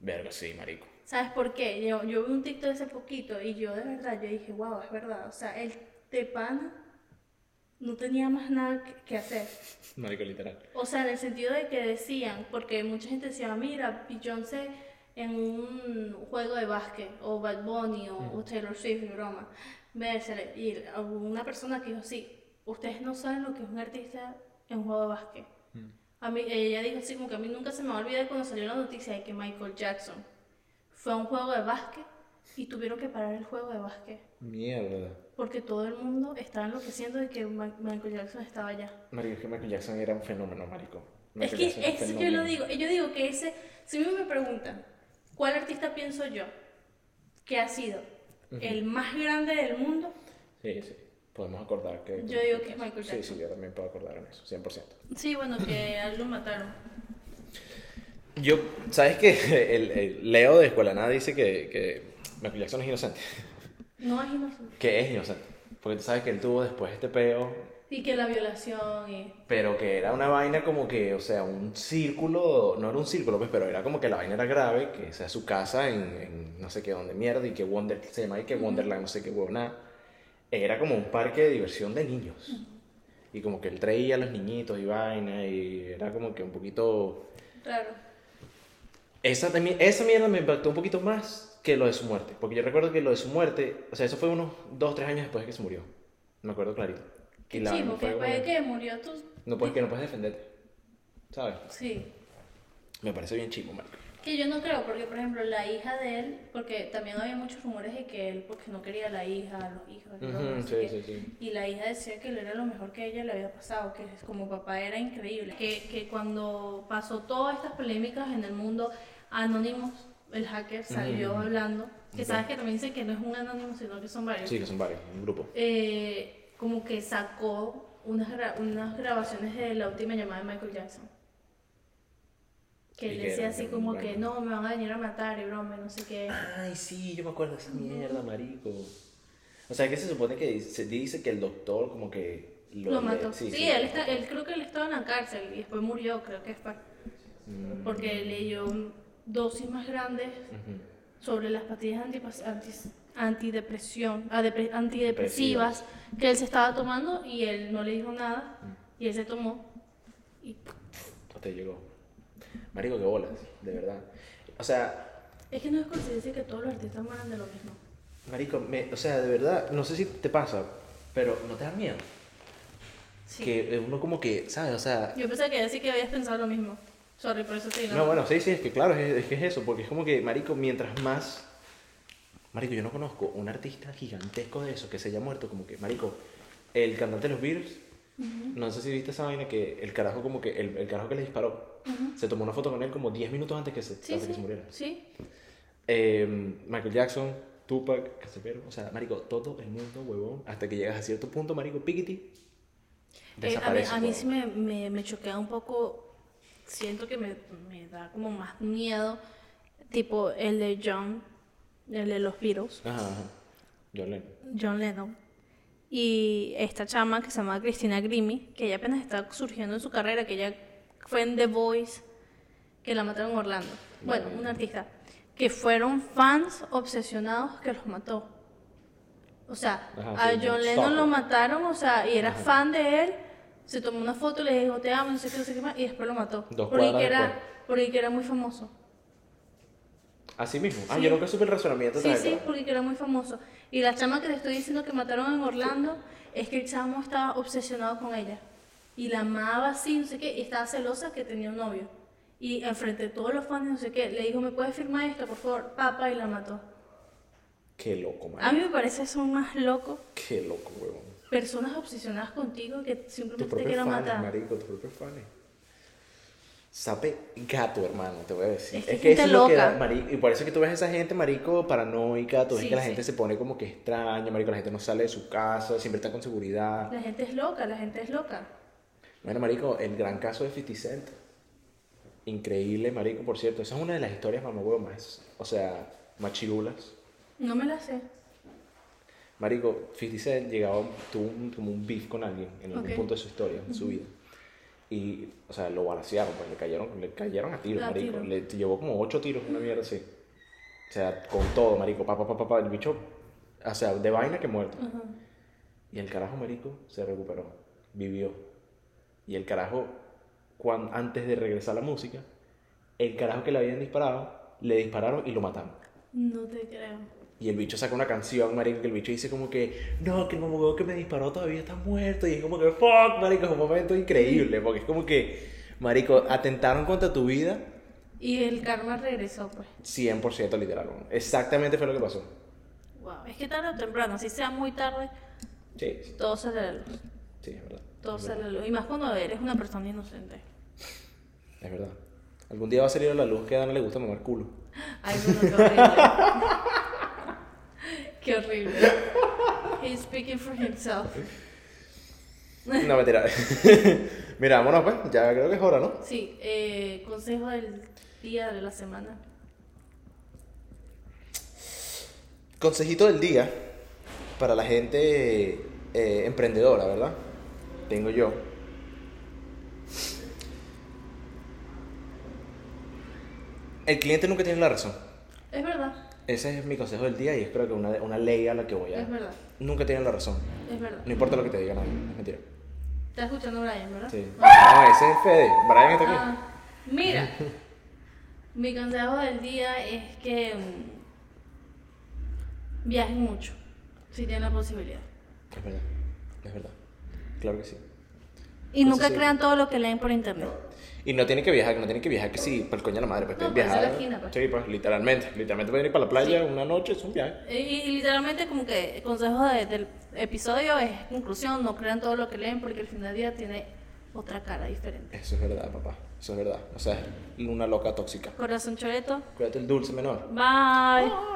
[SPEAKER 1] Verga, sí, marico.
[SPEAKER 4] ¿Sabes por qué? Yo, yo vi un TikTok hace poquito y yo de verdad, yo dije, wow, es verdad. O sea, el tepana no tenía más nada que, que hacer.
[SPEAKER 1] Marico, literal.
[SPEAKER 4] O sea, en el sentido de que decían, porque mucha gente decía, mira, Beyoncé en un juego de básquet, o Bad Bunny, o, o Taylor Swift, y broma, vérsele. Y hubo una persona que dijo, sí, ustedes no saben lo que es un artista en un juego de básquet. A mí, ella dijo así, como que a mí nunca se me va a olvidar cuando salió la noticia de que Michael Jackson fue a un juego de básquet y tuvieron que parar el juego de básquet.
[SPEAKER 1] Mierda.
[SPEAKER 4] Porque todo el mundo estaba enloqueciendo de que Ma- Michael Jackson estaba allá.
[SPEAKER 1] Marico, es que Michael Jackson era un fenómeno, marico.
[SPEAKER 4] Es
[SPEAKER 1] Michael
[SPEAKER 4] que
[SPEAKER 1] Jackson era un
[SPEAKER 4] eso yo
[SPEAKER 1] fenómeno.
[SPEAKER 4] lo digo, yo digo que ese, si a mí me preguntan, ¿cuál artista pienso yo que ha sido el más grande del mundo?
[SPEAKER 1] Sí, sí. Podemos acordar que...
[SPEAKER 4] Yo digo que es Michael
[SPEAKER 1] Sí,
[SPEAKER 4] Jackson.
[SPEAKER 1] sí, yo también puedo acordar en eso, 100%.
[SPEAKER 2] Sí, bueno, que a él lo mataron.
[SPEAKER 1] Yo, ¿sabes qué? El, el Leo de Escuela Nada dice que, que Michael Jackson es inocente.
[SPEAKER 4] No es inocente.
[SPEAKER 1] Que es inocente. Porque tú sabes que él tuvo después este peo,
[SPEAKER 4] Y que la violación y...
[SPEAKER 1] pero que era una vaina como que, o sea, un círculo, no era un círculo, pues, pero era como que la vaina era grave, que sea su casa en, en no sé qué dónde mierda y que Wonder, se llama y que Wonderland, no sé qué huevona. Era como un parque de diversión de niños. Y como que él traía a los niñitos y vaina y era como que un poquito
[SPEAKER 4] Claro.
[SPEAKER 1] Esa, también- esa mierda me impactó un poquito más que lo de su muerte. Porque yo recuerdo que lo de su muerte, o sea, eso fue unos 2, 3 años después de que se murió. Me acuerdo clarito. Y
[SPEAKER 4] Qué
[SPEAKER 1] la-
[SPEAKER 4] chivo, que
[SPEAKER 1] fue
[SPEAKER 4] después de
[SPEAKER 1] como-
[SPEAKER 4] que murió tú...
[SPEAKER 1] No puedes, que no puedes defenderte. ¿Sabes?
[SPEAKER 4] Sí.
[SPEAKER 1] Me parece bien chivo, marico.
[SPEAKER 4] Que yo no creo, porque por ejemplo la hija de él, porque también había muchos rumores de que él, porque no quería a la hija, a los hijos, ¿no?
[SPEAKER 1] Ujú,
[SPEAKER 4] No sé
[SPEAKER 1] sí,
[SPEAKER 4] qué.
[SPEAKER 1] sí, sí.
[SPEAKER 4] Y la hija decía que él era lo mejor que ella le había pasado, que como papá era increíble.
[SPEAKER 2] Que, que cuando pasó todas estas polémicas en el mundo, Anonymous, el hacker, salió
[SPEAKER 1] Ujú.
[SPEAKER 2] hablando. Que
[SPEAKER 1] Ok.
[SPEAKER 2] sabes que también dicen que no es un anónimo, sino que son varios.
[SPEAKER 1] Sí, que son varios, un grupo.
[SPEAKER 2] eh, como que sacó unas, gra- unas grabaciones de la última llamada de Michael Jackson.
[SPEAKER 1] Y
[SPEAKER 2] Que él
[SPEAKER 1] que
[SPEAKER 2] decía
[SPEAKER 1] era
[SPEAKER 2] así
[SPEAKER 1] un
[SPEAKER 2] como
[SPEAKER 1] vaina.
[SPEAKER 2] que no, me van a venir a matar y broma, y no sé qué.
[SPEAKER 1] Ay, sí, yo me acuerdo de esa mierda, marico. O sea, que se supone que se dice que el doctor como que...
[SPEAKER 2] Lo mató. Sí, él,
[SPEAKER 1] lo
[SPEAKER 2] está,
[SPEAKER 1] mató.
[SPEAKER 2] él creo que él estaba en la cárcel y después murió, creo que fue.
[SPEAKER 1] Mm,
[SPEAKER 2] Porque le dio dosis más grandes
[SPEAKER 1] ujú.
[SPEAKER 2] sobre las pastillas antipas- antis- antidepresión, ah, depre- antidepresivas que él se estaba tomando y él no le dijo nada y él se tomó y
[SPEAKER 1] Te llegó. Marico, qué bolas, de verdad. O sea,
[SPEAKER 2] Es que no es coincidencia que todos los artistas mueran de lo mismo.
[SPEAKER 1] Marico, me- o sea, de verdad, no sé si te pasa, pero no te da miedo.
[SPEAKER 2] Sí.
[SPEAKER 1] Que uno como que, ¿sabes? O sea...
[SPEAKER 2] Yo pensé que sí que habías pensado lo mismo. Sorry, por eso te digo.
[SPEAKER 1] No, bueno, sí, sí, es que claro, es, es que es eso, porque es como que, Marico, mientras más... Marico, yo no conozco un artista gigantesco de eso que se haya muerto, como que, Marico, el cantante de los Beatles, no sé si viste esa vaina que el carajo como que, el, el carajo que le disparó, se tomó una foto con él como 10 minutos antes que se,
[SPEAKER 2] sí,
[SPEAKER 1] antes que
[SPEAKER 2] sí,
[SPEAKER 1] se muriera.
[SPEAKER 2] sí.
[SPEAKER 1] Eh, Michael Jackson, Tupac, Casapero, o sea, marico, todo el mundo, huevón, hasta que llegas a cierto punto, marico, piquiti,
[SPEAKER 2] Eh, a, mí,
[SPEAKER 1] desaparece.
[SPEAKER 2] a mí sí me, me, me choquea un poco. Siento que me, me da como más miedo. Tipo el de John, el de los Beatles,
[SPEAKER 1] Ajá, ajá. Yo le...
[SPEAKER 2] John Lennon. Y esta chama que se llama Cristina Grimmie, que ella apenas está surgiendo en su carrera, que ella fue en The Voice, que la mataron en Orlando. Bueno,
[SPEAKER 1] Vale.
[SPEAKER 2] un artista. Que fueron fans obsesionados que los mató. O sea,
[SPEAKER 1] Ajá,
[SPEAKER 2] a
[SPEAKER 1] sí, un
[SPEAKER 2] John Lennon lo
[SPEAKER 1] stalker.
[SPEAKER 2] mataron, o sea, y era
[SPEAKER 1] Ajá.
[SPEAKER 2] fan de él, se tomó una foto y le dijo, te amo, no sé qué, no sé qué más, y después lo mató.
[SPEAKER 1] Dos
[SPEAKER 2] porque,
[SPEAKER 1] cuadras
[SPEAKER 2] que era,
[SPEAKER 1] después.
[SPEAKER 2] porque que era muy famoso.
[SPEAKER 1] Así mismo. Ah,
[SPEAKER 2] Sí.
[SPEAKER 1] yo nunca supe el razonamiento.
[SPEAKER 2] Sí,
[SPEAKER 1] tal
[SPEAKER 2] sí,
[SPEAKER 1] cual.
[SPEAKER 2] porque que era muy famoso. Y la chama que te estoy diciendo que mataron en Orlando es que el chamo estaba obsesionado con ella. Y la amaba así, no sé qué, y estaba celosa que tenía un novio. Y enfrente de todos los fans, no sé qué, le dijo, ¿me puedes firmar esto, por favor? Papá, y la mató.
[SPEAKER 1] Qué loco, marico.
[SPEAKER 2] A mí me parece eso más loco.
[SPEAKER 1] Qué loco, huevón.
[SPEAKER 2] Personas obsesionadas contigo que
[SPEAKER 1] Tus
[SPEAKER 2] simplemente te
[SPEAKER 1] propios
[SPEAKER 2] quieren
[SPEAKER 1] fans,
[SPEAKER 2] matar.
[SPEAKER 1] marico, tus propios fans. Sape gato, hermano, te voy a decir.
[SPEAKER 2] Es que gente loca.
[SPEAKER 1] da, marico. Y por eso es que tú ves esa gente, marico, paranoica. Tú ves
[SPEAKER 2] Sí,
[SPEAKER 1] que la
[SPEAKER 2] sí.
[SPEAKER 1] gente se pone como que extraña, marico. La gente no sale de su casa, siempre está con seguridad.
[SPEAKER 2] La gente es loca, la gente es loca.
[SPEAKER 1] Bueno, marico, el gran caso de 50 Cent. Increíble, marico, por cierto. Esa es una de las historias, mamá, huevo, más. O sea, Machirulas.
[SPEAKER 2] No me la sé.
[SPEAKER 1] Marico, 50 Cent llegaba, tuvo un- como un beef con alguien en algún
[SPEAKER 2] Ok.
[SPEAKER 1] punto de su historia, en su vida. Y, o sea, lo balancearon, pues le cayeron, le cayeron a tiros,
[SPEAKER 2] A
[SPEAKER 1] marico.
[SPEAKER 2] tiro.
[SPEAKER 1] Le llevó como ocho tiros, una mierda así. O sea, con todo, marico, pa, pa, pa, pa, pa, el bicho, o sea, de vaina que muerto. Y el carajo, marico, se recuperó, vivió. Y el carajo, cuan- antes de regresar a la música, el carajo que le habían disparado, le dispararon y lo mataron.
[SPEAKER 2] No te creo.
[SPEAKER 1] Y el bicho saca una canción, marico, que el bicho dice como que, no, que el mamagüevo que me disparó todavía está muerto. Y es como que, fuck, marico, es un momento increíble, porque es como que, marico, atentaron contra tu vida
[SPEAKER 2] Y el karma regresó, pues.
[SPEAKER 1] 100% literal. weón. Exactamente fue lo que pasó.
[SPEAKER 2] Wow, es que tarde o temprano, si sea muy tarde,
[SPEAKER 1] Sí, sí,
[SPEAKER 2] todo sale a la luz.
[SPEAKER 1] sí, es verdad.
[SPEAKER 2] Todo
[SPEAKER 1] es,
[SPEAKER 2] sale
[SPEAKER 1] verdad.
[SPEAKER 2] a la luz. Y más cuando eres una persona inocente.
[SPEAKER 1] es verdad. Algún día va a salir a la luz que a Dana le gusta mamar culo.
[SPEAKER 2] Ay, bueno, qué horrible. qué horrible. He's speaking for himself.
[SPEAKER 1] No, mentira. Mira, vámonos pues, ya creo que es hora, ¿no?
[SPEAKER 2] Sí, eh, consejo del día de la semana.
[SPEAKER 1] Consejito del día para la gente eh, emprendedora, ¿verdad? Tengo yo. El cliente nunca tiene la razón.
[SPEAKER 2] Es verdad,
[SPEAKER 1] Ese es mi consejo del día y espero que una, una ley a la que voy a...
[SPEAKER 2] es verdad,
[SPEAKER 1] Nunca tienen la razón.
[SPEAKER 2] es verdad.
[SPEAKER 1] No importa lo que te diga nadie. Es mentira.
[SPEAKER 2] Estás escuchando Brian, ¿verdad?
[SPEAKER 1] Sí. No, ese es Fede. Brian está aquí.
[SPEAKER 2] Ah, mira, mi consejo del día es que mm, viajen mucho, si tienen la posibilidad.
[SPEAKER 1] Es verdad. Es verdad. Claro que sí.
[SPEAKER 2] Y
[SPEAKER 1] Eso
[SPEAKER 2] nunca
[SPEAKER 1] sí.
[SPEAKER 2] crean todo lo que leen por internet.
[SPEAKER 1] Y no tiene que viajar, no tiene que viajar que sí, para el coño de la madre, pues
[SPEAKER 2] No,
[SPEAKER 1] pueden
[SPEAKER 2] puede ser
[SPEAKER 1] viajar.
[SPEAKER 2] la esquina, pues.
[SPEAKER 1] Sí, pues literalmente, literalmente pueden ir para la playa una noche, es un viaje.
[SPEAKER 2] Y, y literalmente como que el consejo de- del episodio es conclusión, no crean todo lo que leen porque al final del día tiene otra cara diferente.
[SPEAKER 1] Eso es verdad, papá, eso es verdad. O sea, es una loca tóxica.
[SPEAKER 2] Corazón choreto,
[SPEAKER 1] Cuídate el dulce menor.
[SPEAKER 2] bye.